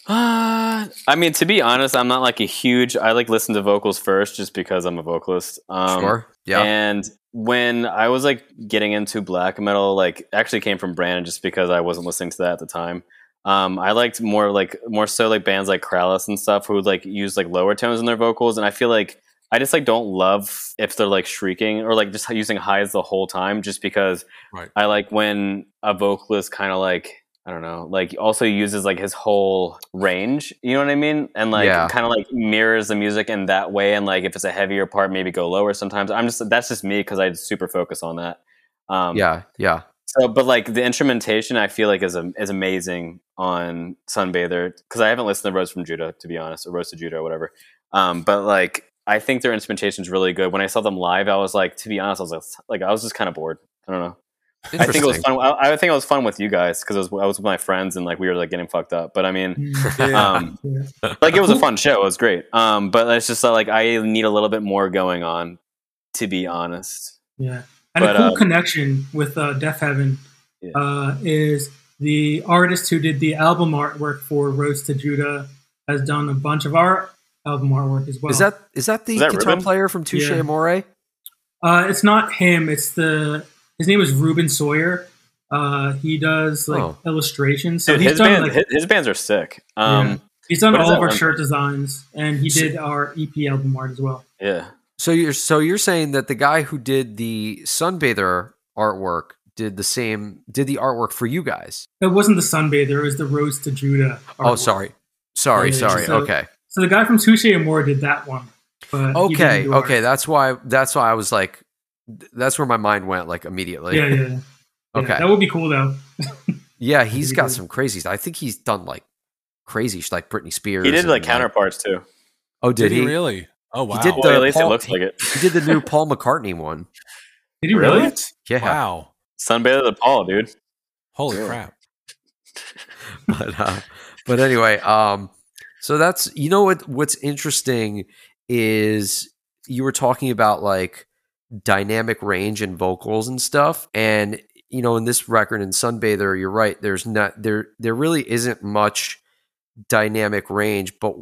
C: Uh, I mean, to be honest, I'm not like a huge. I like listen to vocals first, just because I'm a vocalist. Um,
A: sure. Yeah.
C: And when I was like getting into black metal, like actually came from Brandon just because I wasn't listening to that at the time. Um, I liked more like more so like bands like Kralis and stuff who like use like lower tones in their vocals, and I feel like I just like don't love if they're like shrieking or like just using highs the whole time, just because
B: Right.
C: I like when a vocalist kind of like I don't know, like also uses like his whole range, you know what I mean? And like
A: Yeah.
C: kind of like mirrors the music in that way. And like if it's a heavier part, maybe go lower sometimes. I'm just, that's just me because I super focus on that. Um,
A: yeah. Yeah.
C: So, but like the instrumentation, I feel like is am- is amazing on Sunbather because I haven't listened to Rose from Judah to be honest, or Rose to Judah or whatever. Um, but like I think their instrumentation is really good. When I saw them live, I was like, to be honest, I was like, like I was just kind of bored. I don't know. I think it was
A: Interesting.
C: fun. I, I think it was fun with you guys because was, I was with my friends and like we were like getting fucked up. But I mean,
A: Mm-hmm.
B: Yeah.
C: um,
D: Yeah.
C: like it was a fun show. It was great. Um, but it's just uh, like I need a little bit more going on, to be honest.
D: Yeah. And
C: But,
D: a cool
C: um,
D: connection with uh, Death Heaven
C: Yeah.
D: uh, is the artist who did the album artwork for Roads to Judah has done a bunch of our album artwork as well.
A: is that is that the
C: Is that
A: guitar
C: Ruben?
A: player from Touche
D: Yeah.
A: Amore?
D: Uh, it's not him. It's the his name is Ruben Sawyer. Uh, he does like
A: Oh.
D: illustrations. So
C: Dude,
D: he's
C: his,
D: done
C: band,
D: like
C: his, his bands are sick. Um,
D: he's done
C: what is
D: all
C: that
D: of our
C: one?
D: shirt designs, and he did our EP album art as well.
C: yeah.
A: So you're so you're saying that the guy who did the sunbather artwork did the same did the artwork for you guys.
D: It wasn't the Sunbather. It was the Rose to Judah.
A: Oh,
D: artwork.
A: sorry. Sorry,
D: Yeah,
A: sorry.
D: so-
A: okay.
D: So the guy from Touche Amore did that one. But he didn't
A: Okay.
D: do ours.
A: Okay, that's why that's why I was like that's where my mind went like immediately.
D: yeah, yeah. yeah.
A: Okay.
D: that would be cool though.
A: Yeah, he's
D: He
A: got
D: did.
A: some crazy. I think he's done like crazy, sh- like Britney Spears.
C: He did
A: and,
C: like counterparts too.
A: Oh, did, he?
B: really? Oh wow.
A: did
C: Well,
A: the
C: at least it
A: Paul-
C: looks like it.
A: He did the new Paul McCartney one.
D: Did he
C: Really?
D: really?
B: What?
A: Yeah,
B: Wow.
C: Sunbather the Paul, dude.
B: Holy
C: Yeah.
B: crap.
A: but uh, but anyway, um, so that's you know what what's interesting is you were talking about like dynamic range and vocals and stuff, and you know in this record in Sunbather, you're right. There's not there there really isn't much dynamic range, but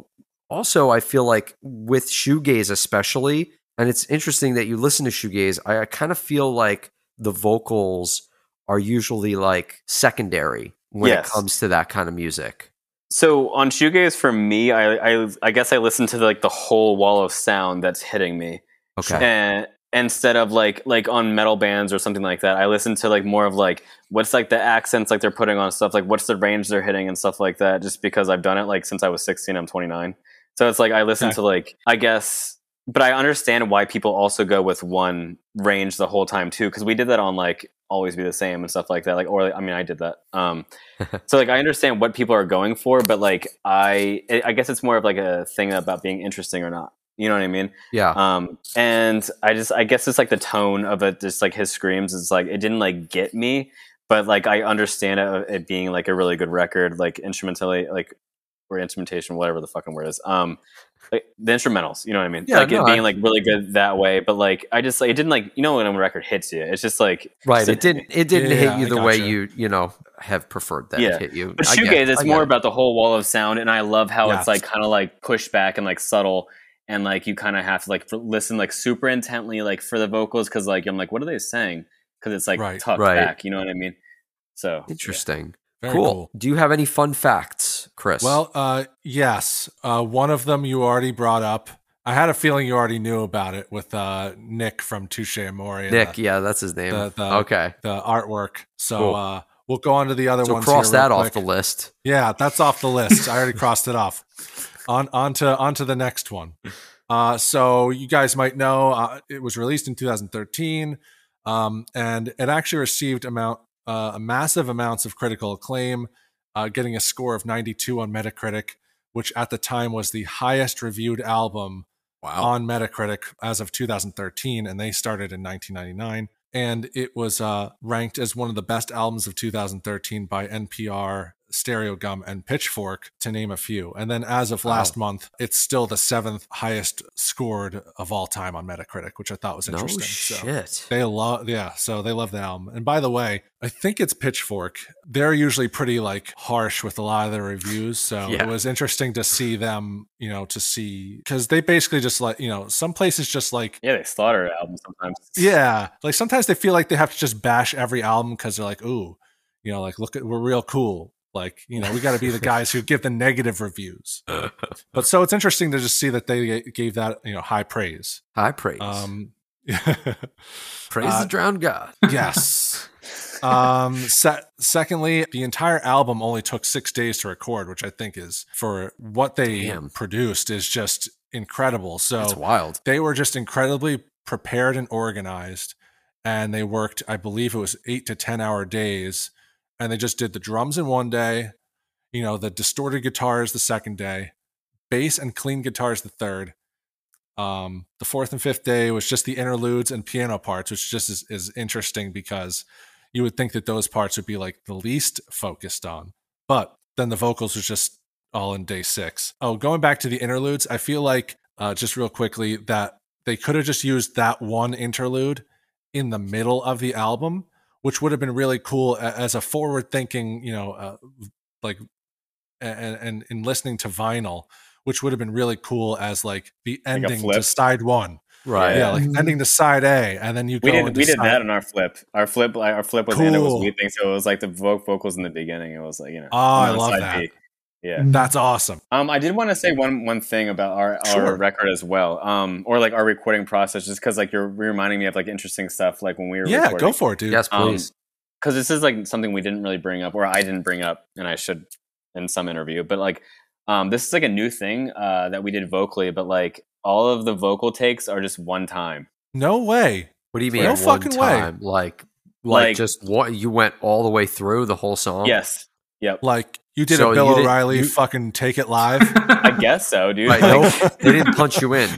A: also I feel like with shoegaze especially, and it's interesting that you listen to shoegaze. I, I kind of feel like the vocals are usually like secondary when
C: Yes.
A: it comes to that kind of music.
C: So on shoegaze for me, I, I I guess I listen to like the whole wall of sound that's hitting me.
A: Okay.
C: and instead of like like on metal bands or something like that i listen to like more of like what's like the accents like they're putting on stuff like what's the range they're hitting and stuff like that just because i've done it like since i was 16 i'm 29 so it's like i listen
B: Okay.
C: to like i guess but i understand why people also go with one range the whole time too because we did that on like always be the same and stuff like that like or like, i mean i did that um so like i understand what people are going for but like i i guess it's more of like a thing about being interesting or not you know what i mean
A: Yeah.
C: um and i just i guess it's like the tone of it just like his screams is like it didn't like get me but like i understand it, it being like a really good record like instrumentally like or instrumentation whatever the fucking word is um like the instrumentals you know what i mean
A: Yeah,
C: like
A: no,
C: it being
A: I-
C: like really good that way but like i just like it didn't like you know when a record hits you it's just like
A: Right.
C: so-
A: It didn't it didn't
B: Yeah,
A: hit you
B: I
A: the way
B: gotcha.
A: you, you know, have preferred that
C: Yeah.
A: it hit you.
C: But
A: I get
C: shoegaze,
A: it, I
C: it's
A: get
C: more
A: it.
C: about the whole wall of sound, and I love how
B: Yeah.
C: it's like kind of like pushed back and like subtle, and like you kind of have to like f- listen like super intently like for the vocals because like I'm like, what are they saying? Because it's like
B: Right.
C: tucked
A: Right.
C: back, you know what I mean? So yeah.
A: interesting.
B: Very
A: cool.
B: cool.
A: Do you have any fun facts, Chris?
B: Well, uh, yes. Uh, one of them you already brought up. I had a feeling you already knew about it with uh, Nick from Touche Amore. and
A: Nick,
B: the,
A: yeah, that's his name.
B: the- the-
A: okay.
B: the artwork. So
A: Cool.
B: uh, we'll go on to the other
A: So
B: ones.
A: cross
B: here real
A: that off
B: quick.
A: the list.
B: Yeah, that's off the list. I already crossed it off. On onto onto the next one. Uh, so you guys might know uh, it was released in 2013, um, and it actually received amount uh, a massive amounts of critical acclaim, uh, getting a score of 92 on Metacritic, which at the time was the highest reviewed album
A: Wow.
B: on Metacritic as of 2013, and they started in 1999. And it was uh, ranked as one of the best albums of 2013 by NPR, Stereo Gum, and Pitchfork, to name a few. And then as of last month, it's still the seventh highest scored of all time on Metacritic, which I thought was
A: no
B: interesting. So-
A: shit.
B: they love, yeah. So they love the album. And by the way, I think it's Pitchfork. They're usually pretty like harsh with a lot of their reviews. So
A: Yeah.
B: it was interesting to see them, you know, to see because they basically just like, you know, some places just like,
C: Yeah, they slaughter albums sometimes.
B: yeah, like sometimes they feel like they have to just bash every album because they're like, ooh, you know, like look at we're real cool. Like you know, we got to be the guys who give the negative reviews. But so it's interesting to just see that they gave that you know high praise.
A: High praise.
B: Um,
A: praise
B: uh,
A: the drowned god.
B: yes. um se- secondly the entire album only took six days to record which i think is for what they
A: Damn.
B: produced is just incredible
A: That's
B: so
A: wild.
B: they were just incredibly prepared and organized and they worked i believe it was eight to ten hour days and they just did the drums in one day you know the distorted guitars the second day bass and clean guitars the third um the fourth and fifth day was just the interludes and piano parts which just is, is interesting because you would think that those parts would be like the least focused on but then the vocals was just all in day six. Oh, going back to the interludes, I feel like uh, just real quickly that they could have just used that one interlude in the middle of the album, which would have been really cool a- as a forward-thinking, you know, uh, like and and in listening to vinyl, which would have been really cool as like the
C: a
B: ending to
C: flip. Oh,
B: side one.
A: Right.
B: Yeah,
C: Yeah.
B: like ending to side A, and then you go
C: We did
B: into
C: we did
B: side-
C: that in our flip. Our flip like, our flip was and it was
B: Cool.
C: we thing, so it was like the vo- vocals in the beginning. It was like you know.
B: Oh, I
C: on
B: love
C: side
B: that.
C: B. Yeah.
B: That's awesome.
C: Um, I did want to say one one thing about our,
B: Sure.
C: our record as well, um, or like our recording process, just because like you're reminding me of like interesting stuff, like when we were
B: Yeah,
C: recording.
B: go for it, dude.
A: Yes,
C: Um,
A: please.
C: because this is like something we didn't really bring up, or I didn't bring up, and I should in some interview. But like, um, this is like a new thing uh, that we did vocally, but like all of the vocal takes are just one time.
B: No way.
A: what do you mean?
B: no
A: one
B: fucking way.
A: time? Like, like,
C: Like-
A: just what you went all the way through the whole
B: Oh.
A: song.
C: Yes,
B: Like you did
A: So
B: a Bill
A: you did-
B: O'Reilly
A: you-
B: fucking take it live.
C: I guess so, dude.
A: Right,
C: Like,
A: no, they didn't punch you
C: Um,
A: in.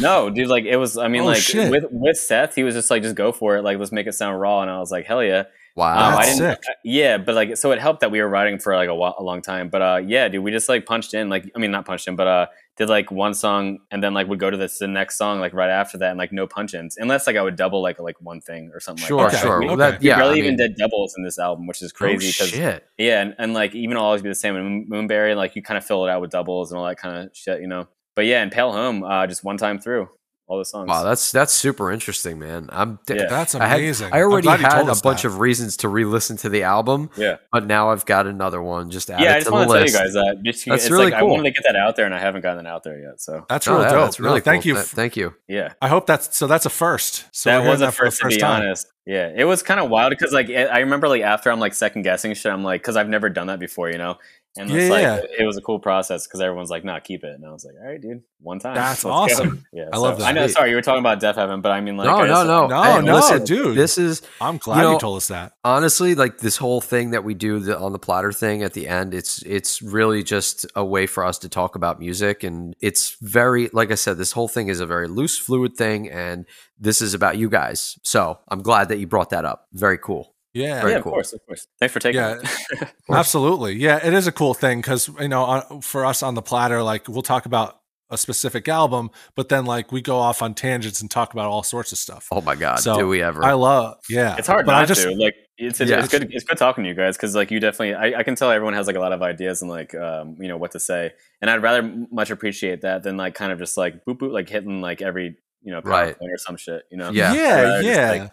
C: no, dude, like it was. I mean,
B: Oh,
C: like
B: shit.
C: with with Seth, he was just like, just go for it. Like, let's make it sound raw, and I was like, hell yeah.
A: Wow.
C: Um, I
B: That's
C: didn't.
B: sick.
C: uh, Yeah, but like, so it helped that we were riding for like a, while, a long time. But uh, yeah, dude, we just like punched in. Like, I mean, not punched in, but uh, did like one song and then like would go to this the next song like right after that and like no punch ins unless like I would double like like one thing or something.
A: sure,
C: like that.
B: Okay,
A: sure.
C: We,
A: Well,
B: okay.
A: that-
C: we
A: yeah,
C: barely
A: I
C: even
A: mean,
C: did doubles in this album, which is crazy
A: Oh,
C: because
A: shit.
C: yeah, and, and like even I'll always be the same. And Moonberry, like you kind of fill it out with doubles and all that kind of shit, you know. But yeah, and Pale Home, uh, just one time through all the songs.
A: Wow, that's that's super interesting, man. I'm. d-
C: Yeah.
B: That's
A: I had-
B: amazing.
A: I
B: I'm
A: already
B: glad you
A: had
B: told
A: a
B: us
A: bunch
B: that.
A: of reasons to re-listen to the album,
C: Yeah.
A: but now I've got another one just added
C: yeah, I
A: to
C: just
A: the
C: want to tell you
A: list.
C: guys that. Just,
A: That's
C: it's
A: really
C: like I
A: cool.
C: wanted to get that out there, and I haven't gotten it out there yet. So
B: That's
A: Oh,
B: real
A: yeah,
B: dope.
A: That's really
B: No, Thank
A: cool.
B: you.
A: Th- thank you.
C: yeah.
B: I hope that's so. That's a first. So
C: that
B: we're
C: was
B: hearing
C: a
B: for the
C: first, to be
B: time.
C: honest. Yeah, it was kind of wild because like eh, I I remember like after I'm like second guessing shit. I'm like because I've never done that before, you know. And it's
B: Yeah,
C: like
B: yeah.
C: it was a cool process because everyone's like, "Nah, keep it." And I was like, "All right, dude, one time."
B: That's
C: go."
B: awesome.
C: Yeah,
B: I love that.
C: I know.
A: Sweet.
C: Sorry, you were talking about Deaf Heaven, but I mean, like,
A: no,
C: I
A: no,
C: just-
A: no,
B: No,
A: Hey,
B: no,
A: listen,
B: dude.
A: This is
B: I'm glad you,
A: know-
B: told us that.
A: honestly like this whole thing that we do the, on the platter thing at the end it's it's really just a way for us to talk about music and it's very like i said this whole thing is a very loose fluid thing and this is about you guys so i'm glad that you brought that up very cool
B: Yeah.
A: Very
C: Yeah, of
A: cool.
C: course, of course. Thanks for taking
B: Yeah. eh,
C: it.
A: course.
B: Absolutely. Yeah, it is a cool thing because, you know, on, for us on the platter, like we'll talk about a specific album, but then like we go off on tangents and talk about all sorts of stuff.
A: oh my god
B: So,
A: do we ever
B: I love, yeah.
C: it's hard
B: but
C: not
B: I just,
C: to. Like, it's,
A: Yeah.
C: it's good. It's good talking to you guys because like you definitely, I, I can tell everyone has like a lot of ideas and like um, you know what to say, and I'd rather m- much appreciate that than like kind of just like boop boop like hitting like every you know PowerPoint
A: Right.
C: or some shit, you know.
A: Yeah.
B: Yeah,
C: Rather
B: yeah.
C: just, like,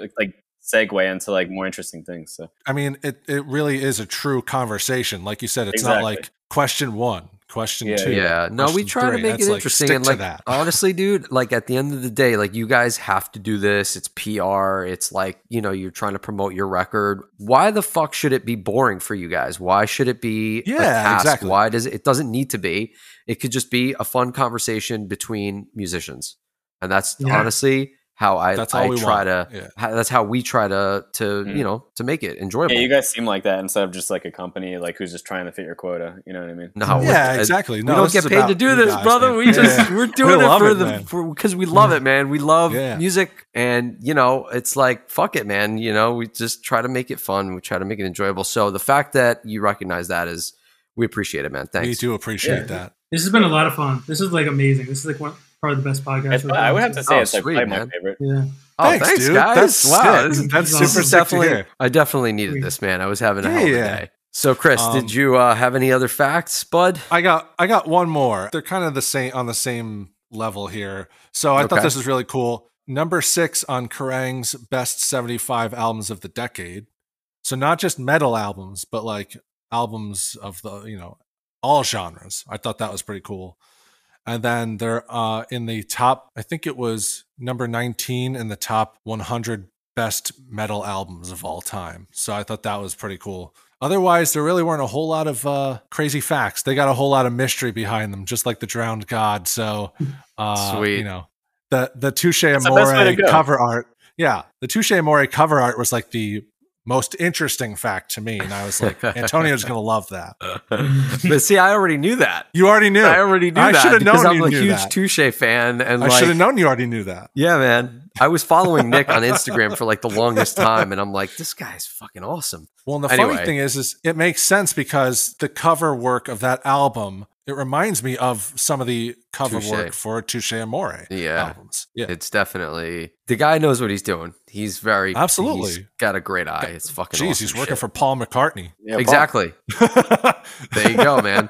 C: talk, like segue into like more interesting things. So
B: I mean, it, it really is a true conversation. Like you said, it's
C: Exactly.
B: not like question one, question
C: Yeah,
B: two.
A: Yeah, no, we
B: question
A: try to
B: three.
A: make
B: That's
A: it
B: like,
A: interesting.
B: stick
A: and
B: to
A: like,
B: that.
A: honestly, dude, like at the end of the day, like you guys have to do this. It's PR. It's like you know you're trying to promote your record. Why the fuck should it be boring for you guys? Why should it be? a
B: Yeah,
A: task?
B: exactly.
A: Why does it? It doesn't need to be. It could just be a fun conversation between musicians, and that's
D: Yeah.
A: honestly how I
B: That's all
A: I
B: we
A: try
B: want.
A: to.
B: Yeah.
A: how- That's how we try to to
C: Mm.
A: you know to make it enjoyable.
C: yeah, you guys seem like that instead of just like a company like who's just trying to fit your quota. You know what I mean?
A: no,
B: yeah,
A: it-
B: exactly. No,
A: we don't
B: this
A: get
B: is
A: paid to
B: about
A: do
B: you
A: this,
B: guys,
A: brother.
B: man.
A: We
B: Yeah.
A: just we're doing it
B: love
A: for
B: it,
A: the
B: man.
A: for because we love it, man. We love
B: Yeah.
A: music, and you know, it's like fuck it, man. You know, we just try to make it fun. We try to make it enjoyable. So the fact that you recognize that is, we appreciate it, man.
B: we
A: Thanks.
B: do appreciate that.
D: This has been a lot of fun. This is like amazing. This is like one probably the best podcast.
C: It's-
D: I've
C: I would have to
D: listened
C: say
A: Oh,
C: it's like
A: sweet,
C: probably my
A: man.
C: favorite.
D: Yeah.
A: Oh, thanks,
B: dude.
A: guys.
B: That's
A: wow,
B: sick.
A: this is-
B: That's
D: this
B: super
A: this
D: is
B: sick
A: is
B: to
A: definitely.
B: hear.
A: I definitely needed
D: Sweet.
A: this, man. I was having a
B: Yeah,
A: hell of a
B: yeah.
A: day. So, Chris,
B: Um,
A: did you uh, have any other facts, bud?
B: I got I got one more. They're kind of the same on the same level here. So I
A: Okay.
B: thought this was really cool. Number six on Kerrang's best 75 albums of the decade. So not just metal albums, but like albums of the, you know, all genres. I thought that was pretty cool. And then they're uh, in the top, I think it was number 19 in the top 100 best metal albums of all time. So I thought that was pretty cool. Otherwise, there really weren't a whole lot of uh, crazy facts. They got a whole lot of mystery behind them, just like the drowned god. So, uh,
A: Sweet.
B: you know, the the Touche
C: the best way to
B: Amore
C: go.
B: cover art. Yeah, the Touche Amore cover art was like the most interesting fact to me, and I was like, Antonio's gonna love that.
A: but see, I already knew that.
B: You already knew.
A: I already knew
B: I
A: that.
B: should've
A: because
B: known
A: I'm
B: you
A: a
B: knew
A: huge
B: that.
A: Touche fan, and
B: I
A: like,
B: should have known you already knew that.
A: Yeah, man. I was following Nick on Instagram for like the longest time, and I'm like, this guy's fucking awesome.
B: Well, and the
A: Anyway.
B: funny thing is, is it makes sense because the cover work of that album it reminds me of some of the cover
A: Touche.
B: work for Touche Amore
A: Yeah.
B: albums. Yeah,
A: Oh, It's definitely the guy knows what he's doing. He's very
B: Absolutely.
A: he's got a great eye. It's fucking.
B: jeez,
A: awesome
B: he's working
A: shit.
B: for Paul McCartney.
C: Yeah, Paul.
A: exactly. There you go, man.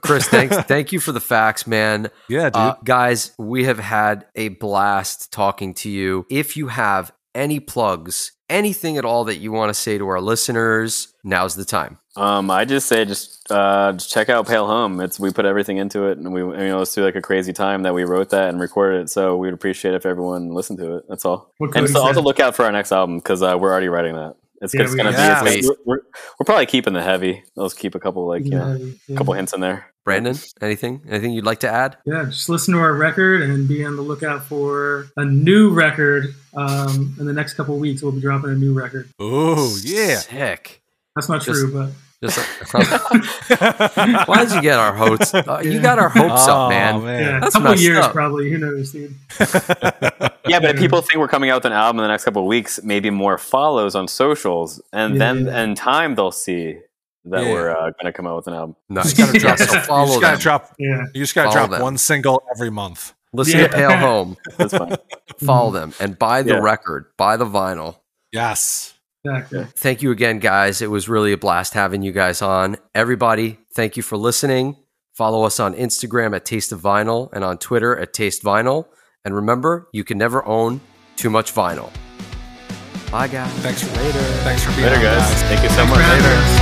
A: Chris, thanks. Thank you for the facts, man.
B: Yeah, dude.
A: Uh, guys, we have had a blast talking to you. If you have any plugs, anything at all that you want to say to our listeners, now's the time.
C: Um, I just say just uh, just check out Pale Home. It's we put everything into it, and we you know it's through like a crazy time that we wrote that and recorded it. So we'd appreciate if everyone listened to it. That's all.
D: What
C: And
D: Cody
C: so also
D: said.
C: look out for our next album because uh, we're already writing that. It's,
D: Yeah,
C: it's
D: we-
C: gonna
B: Yeah.
C: be. it's
A: Sweet.
C: gonna- we're, we're probably keeping the heavy. Let's keep a couple like you know,
D: yeah.
C: a couple hints in there.
A: Brandon, anything? Anything you'd like to add?
D: Yeah, just listen to our record and be on the lookout for a new record. Um, in the next couple weeks, we'll be dropping a new record.
B: oh yeah.
A: Sick.
D: That's not
A: Just-
D: true, but
A: Just uh, why did you get our hopes? Uh, you got our hopes
B: Oh,
A: up, man.
D: yeah, a
A: That's
D: couple
A: messed
D: years
A: up.
D: probably. Who knows, dude?
C: Yeah, but if
D: Yeah.
C: people think we're coming out with an album in the next couple of weeks, maybe more follows on socials, and
D: Yeah,
C: then
D: yeah.
C: in time they'll see that
B: Yeah.
C: we're uh, going to come out with an album.
A: No,
D: Just
A: you gotta drop.
D: gotta-
A: So
B: You
A: follow
B: just gotta
A: them.
B: drop.
D: Yeah,
B: You just gotta
A: Follow
B: drop
A: them.
B: one single every month.
A: Listen
D: Yeah.
A: to Pale Home.
C: That's fine.
A: Follow them and buy the
C: Yeah.
A: record. Buy the vinyl.
B: Yes.
D: exactly.
A: Thank you again, guys. It was really a blast having you guys on. Everybody, thank you for listening. Follow us on Instagram at Taste of Vinyl and on Twitter at Taste Vinyl. And remember, you can never own too much vinyl. Bye, guys.
B: Thanks for later. Thanks for being
C: Later,
B: on,
C: guys. Thank you so much.
D: Congrats.